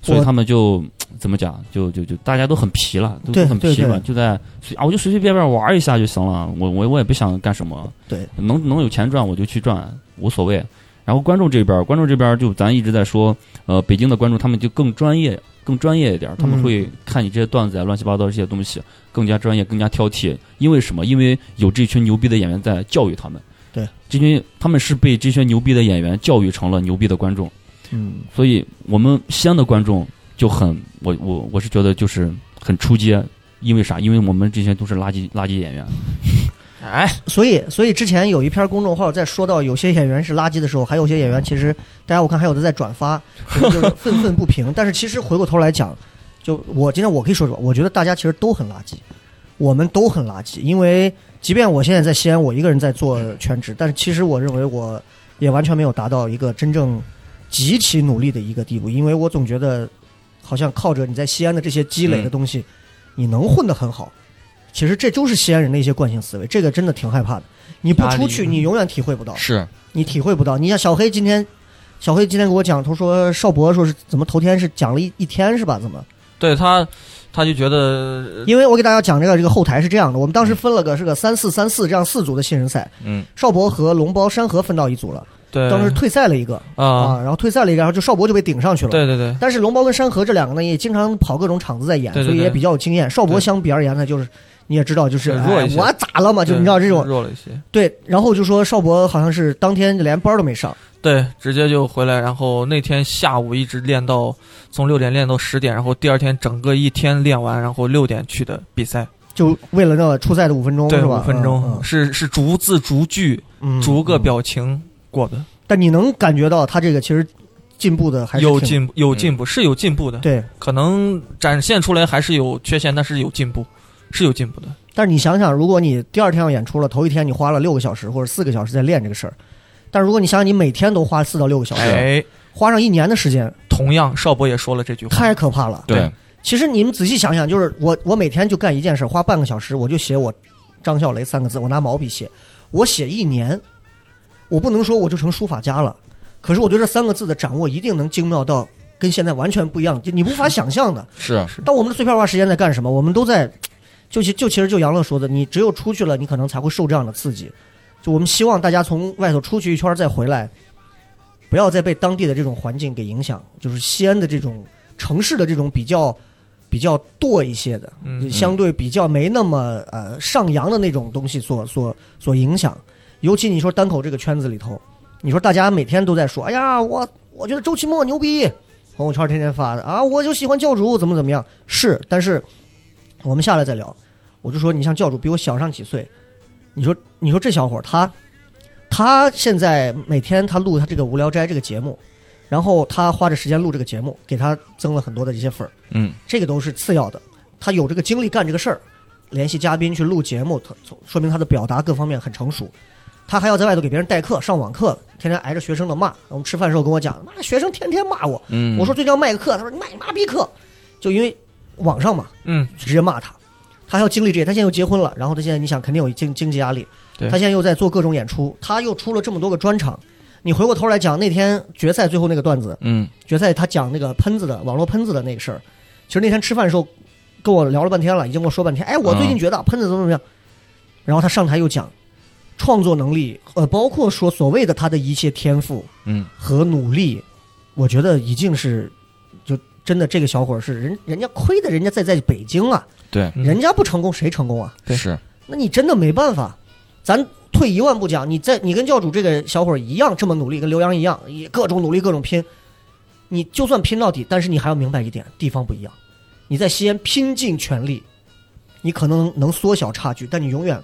所以他们就怎么讲，就就就大家都很疲了，都对都很疲对软，对就在随啊，我就随随便便玩一下就行了，我我我也不想干什么，对，能能有钱赚我就去赚，无所谓。然后观众这边，观众这边就咱一直在说，呃，北京的观众他们就更专业，更专业一点，他们嗯会看你这些段子啊、乱七八糟这些东西，更加专业，更加挑剔。因为什么？因为有这群牛逼的演员在教育他们。对，这群他们是被这些牛逼的演员教育成了牛逼的观众。嗯，所以我们西安的观众就很，我我我是觉得就是很出街，因为啥？因为我们这些都是垃圾垃圾演员，哎，所以所以之前有一篇公众号在说到有些演员是垃圾的时候，还有些演员其实大家我看还有的在转发，可能就是愤愤不平。但是其实回过头来讲，就我今天我可以说说，我觉得大家其实都很垃圾，我们都很垃圾。因为即便我现在在西安，我一个人在做全职，但是其实我认为我也完全没有达到一个真正极其努力的一个地步，因为我总觉得好像靠着你在西安的这些积累的东西，你能混得很好。其实这都是西安人的一些惯性思维，这个真的挺害怕的。你不出去，压力嗯你永远体会不到。是你体会不到。你像小黑今天，小黑今天给我讲，他说邵博说是怎么头天是讲了一一天是吧？怎么？对他他就觉得呃因为我给大家讲这个这个后台是这样的，我们当时分了个是个三四三四这样四组的新人赛，嗯，邵博和龙包山河分到一组了，对当时退赛了一个啊，啊，然后退赛了一个，然后就邵博就被顶上去了。对对对但是龙包跟山河这两个呢，也经常跑各种场子在演，对对所对以也比较有经验。邵博对相比而言呢，就是你也知道，就是对弱哎一些我咋了嘛，就你知道这种弱了一些，对。然后就说邵博好像是当天连班都没上，对，直接就回来，然后那天下午一直练到从六点练到十点，然后第二天整个一天练完，然后六点去的比赛，就为了那个初赛的五分钟对，是五吧？分钟、嗯是是逐字逐句、嗯逐个嗯表情过的，但你能感觉到他这个其实进步的还是挺嗯有进步有进步、是有进步的，对。可能展现出来还是有缺陷，但是有进步，是有进步的。但是你想想，如果你第二天要演出了，头一天你花了六个小时或者四个小时在练这个事儿，但如果你想想你每天都花四到六个小时，哎，花上一年的时间，同样邵博也说了这句话，太可怕了。对，其实你们仔细想想，就是我我每天就干一件事，花半个小时我就写我张笑雷三个字，我拿毛笔写，我写一年，我不能说我就成书法家了，可是我对这三个字的掌握一定能精妙到跟现在完全不一样，就你无法想象的。是但我们的碎片化时间在干什么？我们都在，就其就其实就杨乐说的，你只有出去了，你可能才会受这样的刺激。就我们希望大家从外头出去一圈儿再回来，不要再被当地的这种环境给影响，就是西安的这种城市的这种比较比较惰一些的，嗯相对比较没那么呃上扬的那种东西所所所影响。尤其你说单口这个圈子里头，你说大家每天都在说，哎呀，我我觉得周奇墨牛逼，朋友圈天天发的啊，我就喜欢教主怎么怎么样，是，但是我们下来再聊。我就说你像教主比我小上几岁，你说你说这小伙儿他他现在每天他录他这个无聊斋这个节目，然后他花着时间录这个节目，给他增了很多的一些粉儿，嗯，这个都是次要的。他有这个精力干这个事儿，联系嘉宾去录节目，他说明他的表达各方面很成熟。他还要在外头给别人代课、上网课，天天挨着学生的骂。我们吃饭的时候跟我讲，妈的学生天天骂我，嗯，我说最近要卖个课，他说你卖你妈逼课，就因为网上嘛，嗯，直接骂他，他还要经历这些，他现在又结婚了，然后他现在你想肯定有经经济压力，对他现在又在做各种演出，他又出了这么多个专场，你回过头来讲那天决赛最后那个段子，嗯决赛他讲那个喷子的网络喷子的那个事儿，其实那天吃饭的时候跟我聊了半天了，已经跟我说半天，哎，我最近觉得喷子怎么怎么样，然后他上台又讲创作能力，呃，包括说所谓的他的一切天赋，嗯和努力，我觉得已经是就真的这个小伙儿是人人家亏的，人家在在北京啊，对，嗯人家不成功谁成功啊？是，那你真的没办法。咱退一万步讲，你在你跟教主这个小伙儿一样这么努力，跟刘洋一样，也各种努力各种拼，你就算拼到底，但是你还要明白一点，地方不一样。你在西安拼尽全力，你可能能缩小差距，但你永远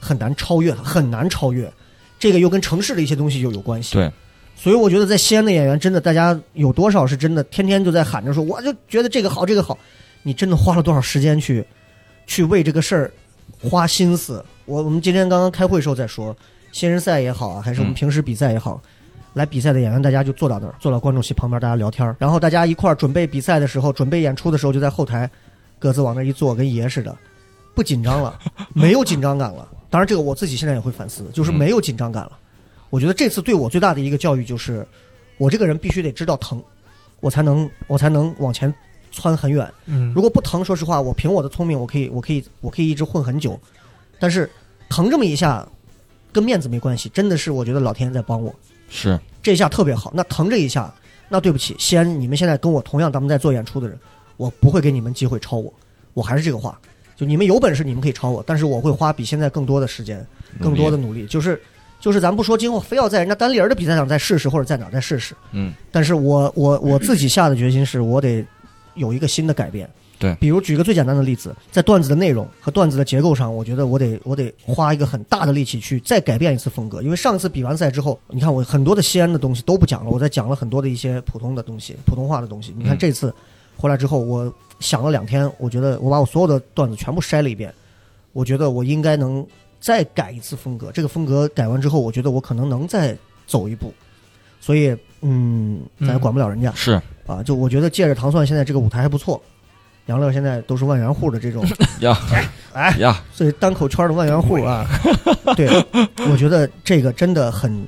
很难超越，很难超越。这个又跟城市的一些东西又有关系。对，所以我觉得在西安的演员，真的大家有多少是真的天天就在喊着说，我就觉得这个好，这个好。你真的花了多少时间去去为这个事儿花心思？我我们今天刚刚开会时候在说，新人赛也好啊，还是我们嗯平时比赛也好，来比赛的演员大家就坐到那儿，坐到观众席旁边，大家聊天儿，然后大家一块儿准备比赛的时候，准备演出的时候，就在后台各自往那一坐，跟爷似的，不紧张了，没有紧张感了。当然，这个我自己现在也会反思，就是没有紧张感了。我觉得这次对我最大的一个教育就是，我这个人必须得知道疼，我才能我才能往前窜很远。嗯如果不疼，说实话，我凭我的聪明，我可以我可以我可以一直混很久。但是疼这么一下，跟面子没关系，真的是我觉得老天在帮我。是，这一下特别好。那疼这一下，那对不起，西安，你们现在跟我同样咱们在做演出的人，我不会给你们机会超我。我还是这个话，就你们有本事你们可以超我，但是我会花比现在更多的时间，更多的努力。就是就是，咱不说今后非要在人家单立人的比赛上再试试，或者在哪儿再试试。嗯但是我我我自己下的决心是我得有一个新的改变。对比如举个最简单的例子，在段子的内容和段子的结构上，我觉得我得我得花一个很大的力气去再改变一次风格，因为上次比完赛之后，你看我很多的西安的东西都不讲了，我在讲了很多的一些普通的东西，普通话的东西。你看嗯这次回来之后，我想了两天，我觉得我把我所有的段子全部筛了一遍，我觉得我应该能再改一次风格。这个风格改完之后，我觉得我可能能再走一步，所以嗯，咱也嗯管不了人家。是，啊，就我觉得借着糖蒜现在这个舞台还不错，杨乐现在都是万元户的这种呀哎呀，这单口圈的万元户啊， 对，我觉得这个真的很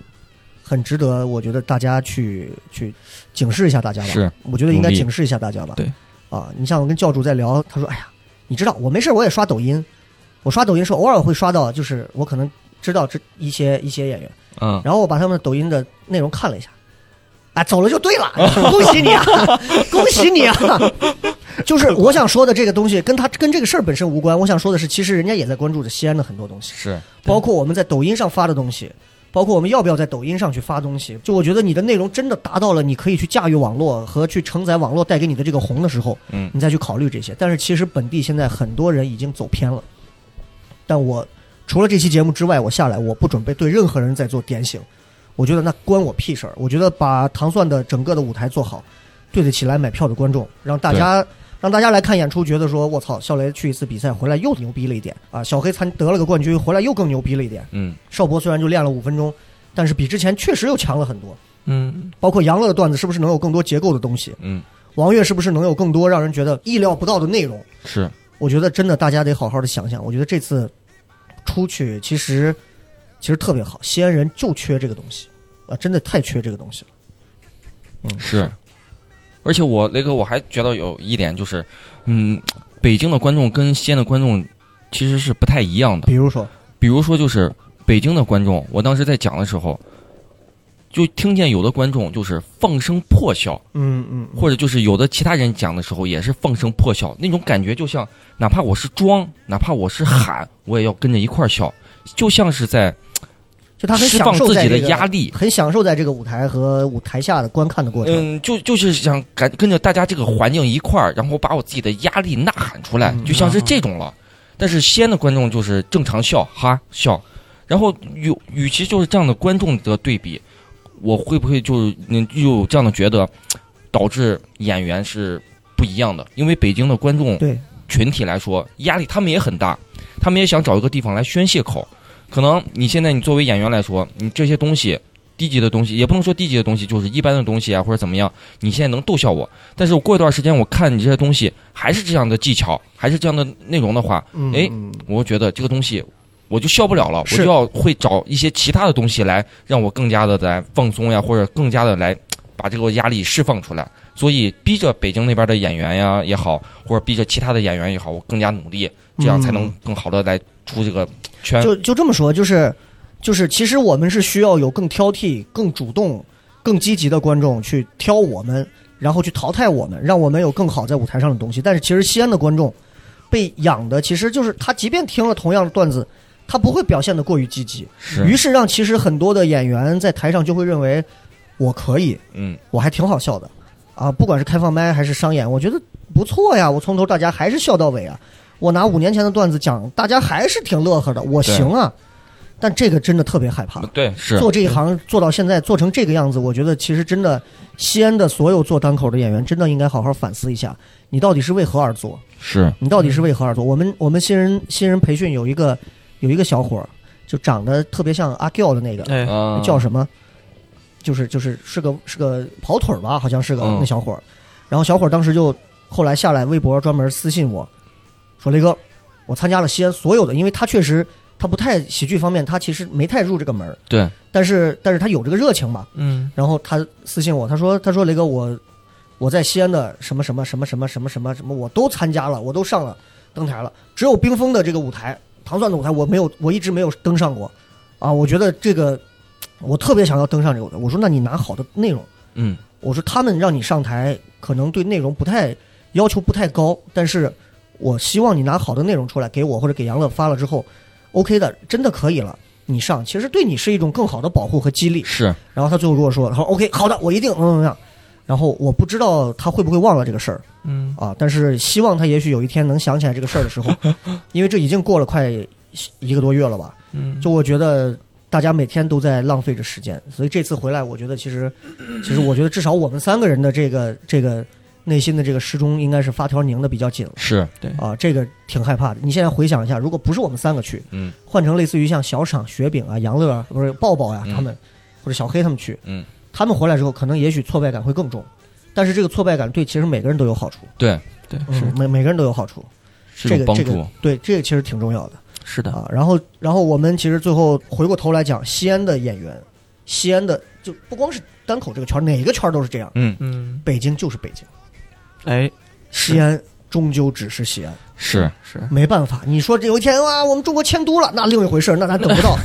很值得，我觉得大家去去警示一下大家吧，是，我觉得应该努力警示一下大家吧，对，啊，你像我跟教主在聊，他说，哎呀，你知道我没事儿我也刷抖音，我刷抖音时候偶尔会刷到，就是我可能知道这一些一些演员。嗯，然后我把他们的抖音的内容看了一下，啊，走了就对了，恭喜你啊，恭喜你啊！就是我想说的这个东西，跟他跟这个事儿本身无关。我想说的是，其实人家也在关注着西安的很多东西，是，包括我们在抖音上发的东西，包括我们要不要在抖音上去发东西。就我觉得你的内容真的达到了你可以去驾驭网络和去承载网络带给你的这个红的时候，嗯你再去考虑这些。但是其实本地现在很多人已经走偏了，但我除了这期节目之外，我下来我不准备对任何人再做点醒。我觉得那关我屁事儿。我觉得把糖蒜的整个的舞台做好，对得起来买票的观众，让大家让大家来看演出，觉得说我操，笑雷去一次比赛回来又牛逼了一点啊，小黑参得了个冠军回来又更牛逼了一点。嗯邵博虽然就练了五分钟，但是比之前确实又强了很多。嗯包括杨乐的段子是不是能有更多结构的东西？嗯王悦是不是能有更多让人觉得意料不到的内容？是，我觉得真的大家得好好的想想。我觉得这次出去其实其实特别好，西安人就缺这个东西啊，真的太缺这个东西了。嗯是，而且我雷哥，我还觉得有一点就是，嗯，北京的观众跟西安的观众其实是不太一样的。比如说，比如说，就是北京的观众，我当时在讲的时候，就听见有的观众就是放声破笑，嗯嗯，或者就是有的其他人讲的时候也是放声破笑，那种感觉就像哪怕我是装，哪怕我是喊，我也要跟着一块儿笑，就像是在就他很释享放受自在己这的个压力。很享受在这个舞台和舞台下的观看的过程。嗯，就就是想跟跟着大家这个环境一块儿，然后把我自己的压力呐喊出来，嗯就像是这种了。但是西安的观众就是正常笑哈笑，然后与与其就是这样的观众的对比，我会不会就是嗯又有这样的觉得，导致演员是不一样的？因为北京的观众对群体来说，压力他们也很大，他们也想找一个地方来宣泄口。可能你现在你作为演员来说，你这些东西低级的东西，也不能说低级的东西，就是一般的东西啊，或者怎么样，你现在能逗笑我。但是我过一段时间，我看你这些东西还是这样的技巧，还是这样的内容的话，嗯，哎嗯我觉得这个东西我就笑不了了，我是就要会找一些其他的东西来让我更加的来放松呀，或者更加的来把这个压力释放出来。所以逼着北京那边的演员呀也好，或者逼着其他的演员也好，我更加努力，这样才能更好的来出这个圈。嗯就就这么说，就是就是，其实我们是需要有更挑剔、更主动、更积极的观众去挑我们，然后去淘汰我们，让我们有更好在舞台上的东西。但是其实西安的观众被养的，其实就是他即便听了同样的段子，他不会表现得过于积极，是于是让其实很多的演员在台上就会认为我可以，嗯，我还挺好笑的，啊，不管是开放麦还是商演，我觉得不错呀。我从头大家还是笑到尾啊。我拿五年前的段子讲，大家还是挺乐呵的，我行啊。但这个真的特别害怕，对，是做这一行做到现在做成这个样子，我觉得其实真的，西安的所有做单口的演员真的应该好好反思一下，你到底是为何而做？是，你到底是为何而嗯做？我们我们新人新人培训有一个有一个小伙儿，就长得特别像阿 Giao 的那个，哎，嗯，叫什么？就是就是是个是个跑腿儿吧，好像是个、嗯那小伙儿。然后小伙儿当时就后来下来微博专门私信我，说雷哥，我参加了西安所有的，因为他确实他不太喜剧方面，他其实没太入这个门儿对，但是但是他有这个热情嘛。嗯，然后他私信我，他说他说雷哥我我在西安的什么什么什么什么什么什么什么我都参加了，我都上了登台了，只有冰封的这个舞台，糖蒜的舞台我没有，我一直没有登上过，啊，我觉得这个我特别想要登上这个舞台。我说那你拿好的内容，嗯，我说他们让你上台，可能对内容不太要求不太高，但是我希望你拿好的内容出来给我或者给杨乐发了之后，OK 的，真的可以了，你上，其实对你是一种更好的保护和激励。是，然后他最后跟我说，他说 OK 好的，我一定怎么怎么样。然后我不知道他会不会忘了这个事儿嗯，啊，但是希望他也许有一天能想起来这个事儿的时候，因为这已经过了快一个多月了吧。嗯，就我觉得大家每天都在浪费着时间，所以这次回来，我觉得其实，其实我觉得至少我们三个人的这个这个内心的这个时钟应该是发条拧的比较紧了是，啊，这个挺害怕的。你现在回想一下，如果不是我们三个去，嗯，换成类似于像小厂、雪饼啊、杨乐啊，不是抱抱呀、嗯他们、或者小黑他们去，嗯，他们回来之后，可能也许挫败感会更重，但是这个挫败感对其实每个人都有好处，对，对，嗯是每每个人都有好处，是这种个帮这助个，对这个其实挺重要的。是的，啊。然后，然后我们其实最后回过头来讲，西安的演员，西安的就不光是单口这个圈儿，哪个圈儿都是这样。嗯，嗯，北京就是北京，哎，西安终究只是西安，是，是，没办法。你说这有一天哇，我们中国迁都了，那另一回事儿，那咱等不 到，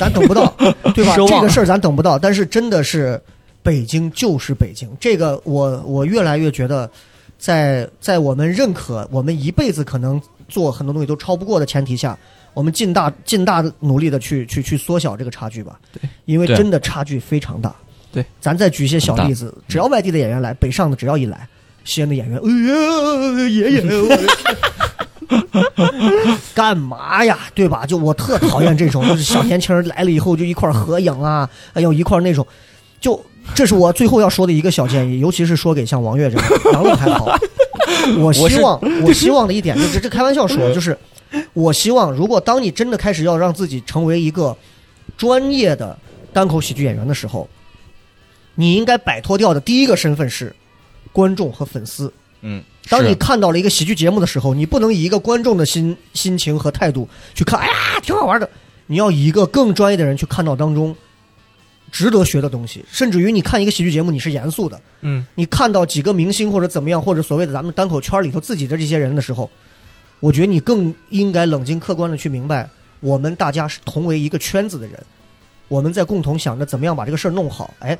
咱等不到，对吧？奢望这个事儿咱等不到，但是真的是北京就是北京，这个我我越来越觉得在在我们认可我们一辈子可能做很多东西都超不过的前提下，我们尽大尽大努力的去去去缩小这个差距吧。对，因为对真的差距非常大。对，咱再举一些小例子，只要外地的演员来，北上的只要一来，西安的演员，哎呀，爷爷。 我的天干嘛呀？对吧？就我特讨厌这种，就是小年轻人来了以后就一块儿合影啊，哎呦一块儿那种，就这是我最后要说的一个小建议，尤其是说给像王悦这样，杨乐还好。我希望，我希望的一点，就这这开玩笑说，就是我希望，如果当你真的开始要让自己成为一个专业的单口喜剧演员的时候，你应该摆脱掉的第一个身份是观众和粉丝。嗯，当你是看到了一个喜剧节目的时候，你不能以一个观众的心心情和态度去看，哎呀，挺好玩的。你要以一个更专业的人去看到当中值得学的东西，甚至于你看一个喜剧节目，你是严肃的，嗯，你看到几个明星或者怎么样，或者所谓的咱们单口圈里头自己的这些人的时候，我觉得你更应该冷静客观的去明白，我们大家是同为一个圈子的人，我们在共同想着怎么样把这个事儿弄好。哎，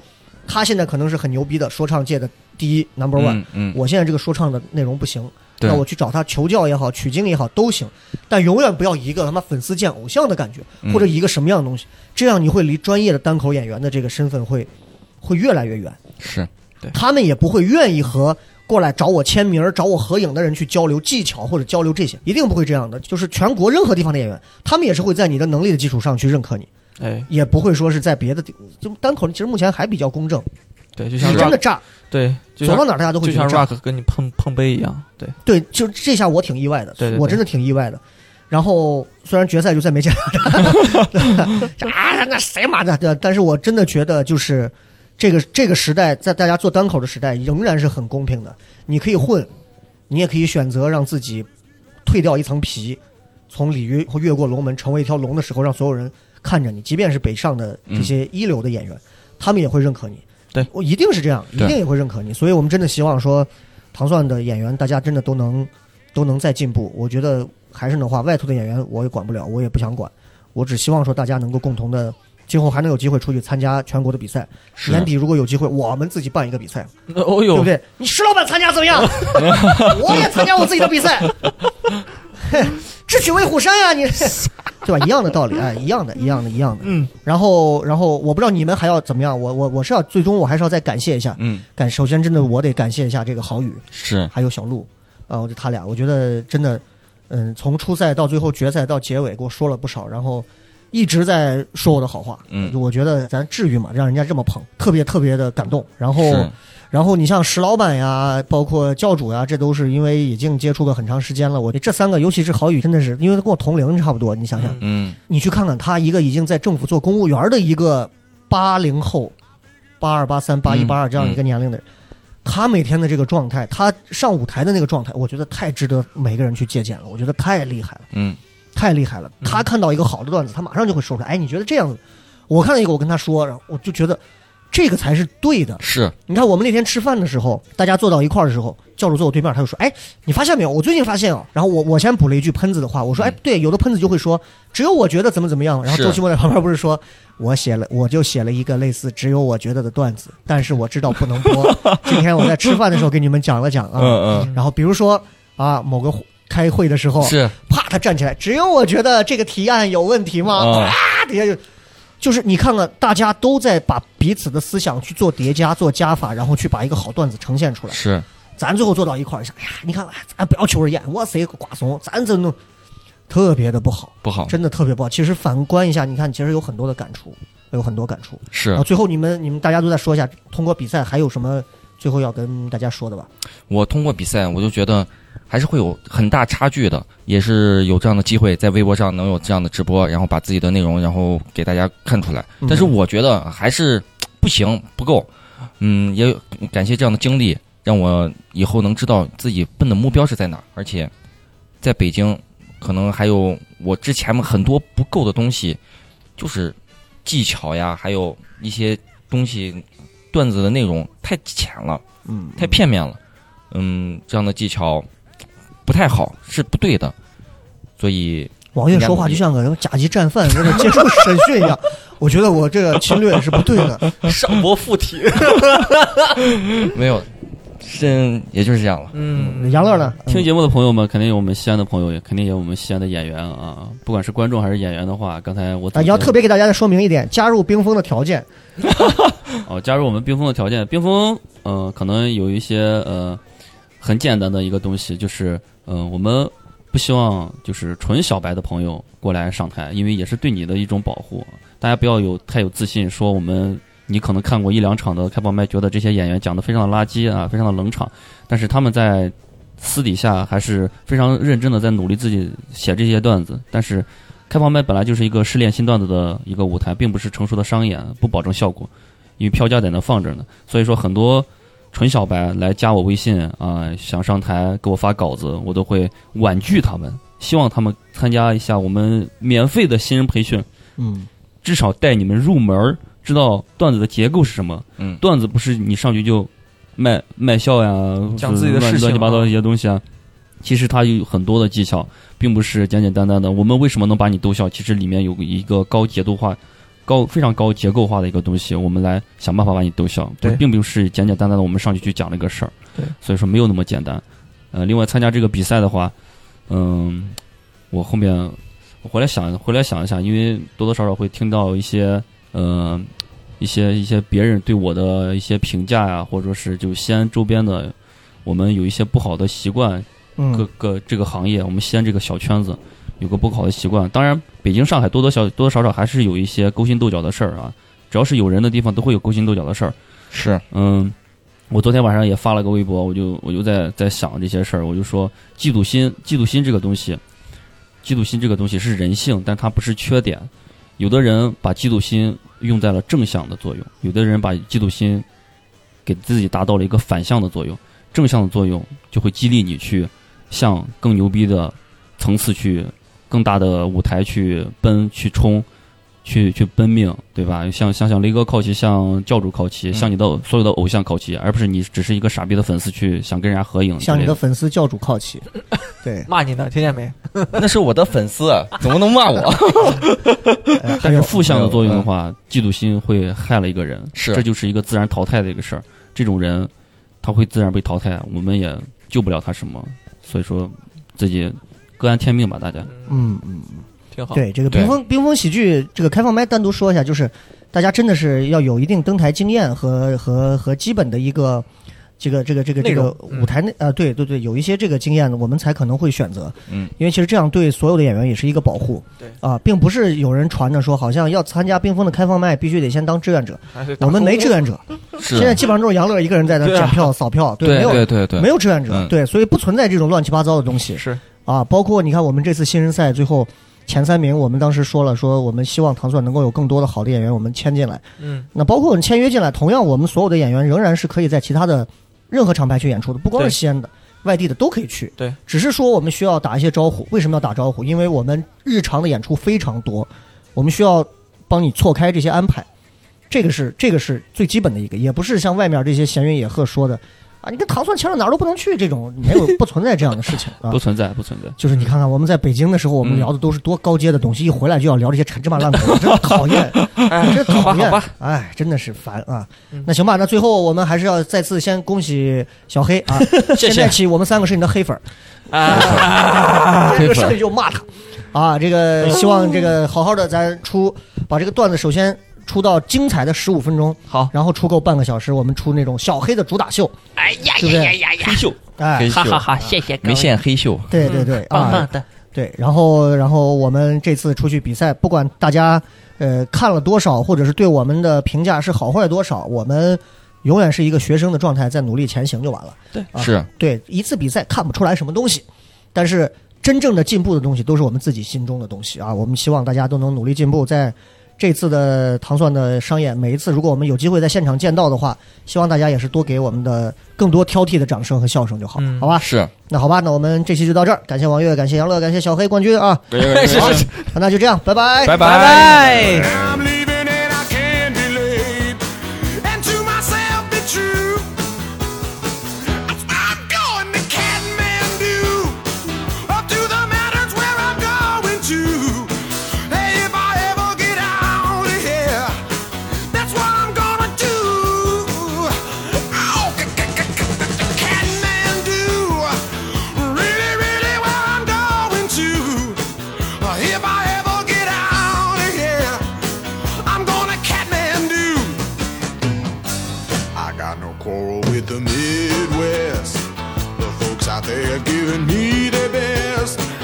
他现在可能是很牛逼的说唱界的第一 number one，、嗯嗯，我现在这个说唱的内容不行，对那我去找他求教也好，取经也好都行，但永远不要一个他妈粉丝见偶像的感觉，嗯或者一个什么样的东西，这样你会离专业的单口演员的这个身份会会越来越远，是他们也不会愿意和。过来找我签名儿、找我合影的人去交流技巧或者交流这些，一定不会这样的。就是全国任何地方的演员，他们也是会在你的能力的基础上去认可你，哎，也不会说是在别的地。就单口，其实目前还比较公正，对，就像你真 rock，的炸，对，就走像到哪儿大家都会就觉得像炸。 rock 跟你碰碰杯一样，对，对，就这下我挺意外的，对对对我真的挺意外的。然后虽然决赛就在梅加 尔，啊，那谁妈的？对，但是我真的觉得就是这个这个时代，在大家做单口的时代，仍然是很公平的。你可以混，你也可以选择让自己退掉一层皮，从鲤鱼或越过龙门，成为一条龙的时候，让所有人看着你。即便是北上的这些一流的演员，他们也会认可你。嗯对，我一定是这样，一对定也会认可你。所以我们真的希望说，糖蒜的演员大家真的都能都能再进步。我觉得还是那话，外头的演员我也管不了，我也不想管，我只希望说大家能够共同的。今后还能有机会出去参加全国的比赛。是啊年底如果有机会，我们自己办一个比赛，哦对呦不，对？你石老板参加怎么 样？我也参加我自己的比赛，嘿智取威虎山呀、你对吧？一样的道理，哎，一样的，一样的，一样的。嗯，然后，然后我不知道你们还要怎么样，我我我是要最终我还是要再感谢一下，嗯感首先真的我得感谢一下这个郝宇，是还有小鹿，啊、我就他俩，我觉得真的，嗯，从初赛到最后决赛到结尾，给我说了不少，然后一直在说我的好话，嗯我觉得咱至于吗？让人家这么捧，特别特别的感动。然后，是然后你像石老板呀，包括教主啊呀，这都是因为已经接触个很长时间了。我这三个，尤其是郝宇，真的是因为他跟我同龄差不多，你想想，嗯你去看看他一个已经在政府做公务员的一个八零后、八二、八三、八一、嗯八二这样一个年龄的人，他每天的这个状态，他上舞台的那个状态，我觉得太值得每个人去借鉴了。我觉得太厉害了，嗯太厉害了。他看到一个好的段子，他马上就会说出来。哎，你觉得这样子？我看到一个，我跟他说，然后我就觉得这个才是对的。是你看我们那天吃饭的时候，大家坐到一块儿的时候，教主坐我对面，他就说：“哎，你发现没有？我最近发现哦。”然后我我先补了一句喷子的话，我说：“哎，对，有的喷子就会说，只有我觉得怎么怎么样。”然后是周奇墨在旁边不是说：“我写了， 我就写了一个类似只有我觉得的段子，但是我知道不能 播。今天我在吃饭的时候给你们讲了讲啊。嗯然后比如说啊，某个开会的时候嗯，是啪，他站起来，只有我觉得这个提案有问题吗？啊啪，底下就就是你看看，大家都在把彼此的思想去做叠加、做加法，然后去把一个好段子呈现出来。是咱最后做到一块儿，想，哎呀，你看，哎咱不要求而厌，我谁瓜怂，咱这弄特别的不好，不好真的特别不好。其实反观一下，你看，其实有很多的感触，有很多感触。是然后最后你们你们大家都再说一下，通过比赛还有什么最后要跟大家说的吧？我通过比赛，我就觉得还是会有很大差距的，也是有这样的机会在微博上能有这样的直播，然后把自己的内容然后给大家看出来。嗯但是我觉得还是不行，不够。嗯，也感谢这样的经历，让我以后能知道自己奔的目标是在哪儿，而且在北京可能还有我之前很多不够的东西，就是技巧呀，还有一些东西段子的内容太浅了。嗯，太片面了，嗯，这样的技巧不太好，是不对的，所以王月说话就像个甲级战犯在那接受审讯 一样，我觉得我这个侵略也是不对的。 上博附体，没有，是也就是这样了。嗯，杨乐呢？听节目的朋友们，肯定有我们西安的朋友，也肯定有我们西安的演员啊，不管是观众还是演员的话，刚才我啊，总你结要特别给大家再说明一点，加入冰封的条件， 哦，加入我们冰封的条件，冰封呃，可能有一些呃很简单的一个东西，就是呃，我们不希望就是纯小白的朋友过来上台，因为也是对你的一种保护。大家不要有太有自信，说我们你可能看过一两场的开放麦，觉得这些演员讲的非常的垃圾啊，非常的冷场，但是他们在私底下还是非常认真的在努力自己写这些段子，但是。开放麦本来就是一个试炼新段子的一个舞台，并不是成熟的商演，不保证效果。因为票价在那放着呢，所以说很多纯小白来加我微信啊、想上台给我发稿子，我都会婉拒他们，希望他们参加一下我们免费的新人培训，嗯，至少带你们入门儿，知道段子的结构是什么。嗯段子不是你上去就卖卖笑呀，讲自己的乱事情乱七八糟的一些东西啊。其实它有很多的技巧，并不是简简单单的。我们为什么能把你逗笑？其实里面有一个高节度化、高非常高结构化的一个东西，我们来想办法把你逗笑，对不并不是简简单单的我们上去去讲了一个事儿。对，所以说没有那么简单。呃，另外参加这个比赛的话，嗯，我后面我回来想回来想一下，因为多多少少会听到一些呃一些一些别人对我的一些评价呀、或者说是就西安周边的我们有一些不好的习惯，各 嗯，个这个行业，我们西安这个小圈子有个不好的习惯。当然，北京、上海多多小多多少少还是有一些勾心斗角的事儿啊。只要是有人的地方，都会有勾心斗角的事儿。是嗯，我昨天晚上也发了个微博，我就我就在在想这些事儿，我就说嫉妒心，嫉妒心这个东西，嫉妒心这个东西是人性，但它不是缺点。有的人把嫉妒心用在了正向的作用，有的人把嫉妒心给自己达到了一个反向的作用。正向的作用就会激励你去向更牛逼的层次去、更大的舞台去奔、去冲、去去奔命，对吧？向向向雷哥靠齐，向教主靠齐，向你的所有的偶像靠齐，而不是你只是一个傻逼的粉丝去想跟人家合影之类。向你的粉丝教主靠齐。 对， 骂你呢，听见没？ 那是我的粉丝，怎么能骂 我？哎还 但是有嗯负向的作用的话，嫉妒心会害了一个人，是这就是一个自然淘汰的一个事儿。这种人他会自然被淘汰，我们也救不了他什么，所以说自己各安天命吧，大家。嗯嗯，挺好。对，这个对冰封冰封喜剧这个开放麦单独说一下，就是大家真的是要有一定登台经验和和和基本的一个。这个这个这个这内个容嗯舞台内啊、对对对，有一些这个经验，我们才可能会选择。嗯，因为其实这样对所有的演员也是一个保护。对啊，并不是有人传着说，好像要参加冰封的开放麦，必须得先当志愿者。还是打我们没工志愿者，是现在基本上都是杨乐一个人在那对啊检票、扫票，对没有对对对，没有志愿者，嗯对，所以不存在这种乱七八糟的东西 是啊。包括你看，我们这次新人赛最后前三名，我们当时说了，说我们希望糖蒜能够有更多的好的演员，我们签进来。嗯，那包括我们签约进来，同样我们所有的演员仍然是可以在其他的任何厂牌去演出的，不光是对西安的。外地的都可以去，对，只是说我们需要打一些招呼。为什么要打招呼？因为我们日常的演出非常多，我们需要帮你错开这些安排。这个是这个是最基本的一个，也不是像外面这些闲云野鹤说的啊，你跟糖蒜签了哪儿都不能去这种，没有不存在这样的事情啊不。存在，不存在。就是嗯你看看我们在北京的时候，我们嗯聊的都是多高阶的东西，一回来就要聊这些陈芝麻烂 谷，真讨厌。哎，真好吧，讨厌好吧，，哎，真的是烦啊嗯！那行吧，那最后我们还是要再次先恭喜小黑啊！ 谢现在起我们三个是你的黑粉儿，啊， 这 个上去就骂他啊！这个嗯希望这个好好的咱出，把这个段子首先出到精彩的十五分钟，好，然后出够半个小时，我们出那种小黑的主打秀，哎呀对不呀呀对？呀呀！黑秀，哎黑，哈哈秀哈，谢谢各没位，限黑秀，对对对棒啊棒，的，对，然后然后我们这次出去比赛，不管大家呃看了多少，或者是对我们的评价是好坏多少，我们永远是一个学生的状态，在努力前行就完了。啊是对，一次比赛看不出来什么东西，但是真正的进步的东西都是我们自己心中的东西啊。我们希望大家都能努力进步，在这次的糖蒜的商演，每一次如果我们有机会在现场见到的话，希望大家也是多给我们的更多挑剔的掌声和笑声就好，嗯好吧？是，那好吧，那我们这期就到这儿，感谢王悦，感谢杨乐，感谢小黑冠军啊， 那就这样，拜拜，拜拜拜。 I'm leaving and I can't be late. And to myself, be true. I'm going to Kathmandu, up to the mountains where I'm going to. Hey, if I ever get out of here, that's what I'm gonna do. Oh, K- K- K- K- Kathmandu, really, really where I'm going to. If I ever get out of here, I'm gonna Kathmandu. I got no quarrel with the Midwest. The folks out there giving me their best.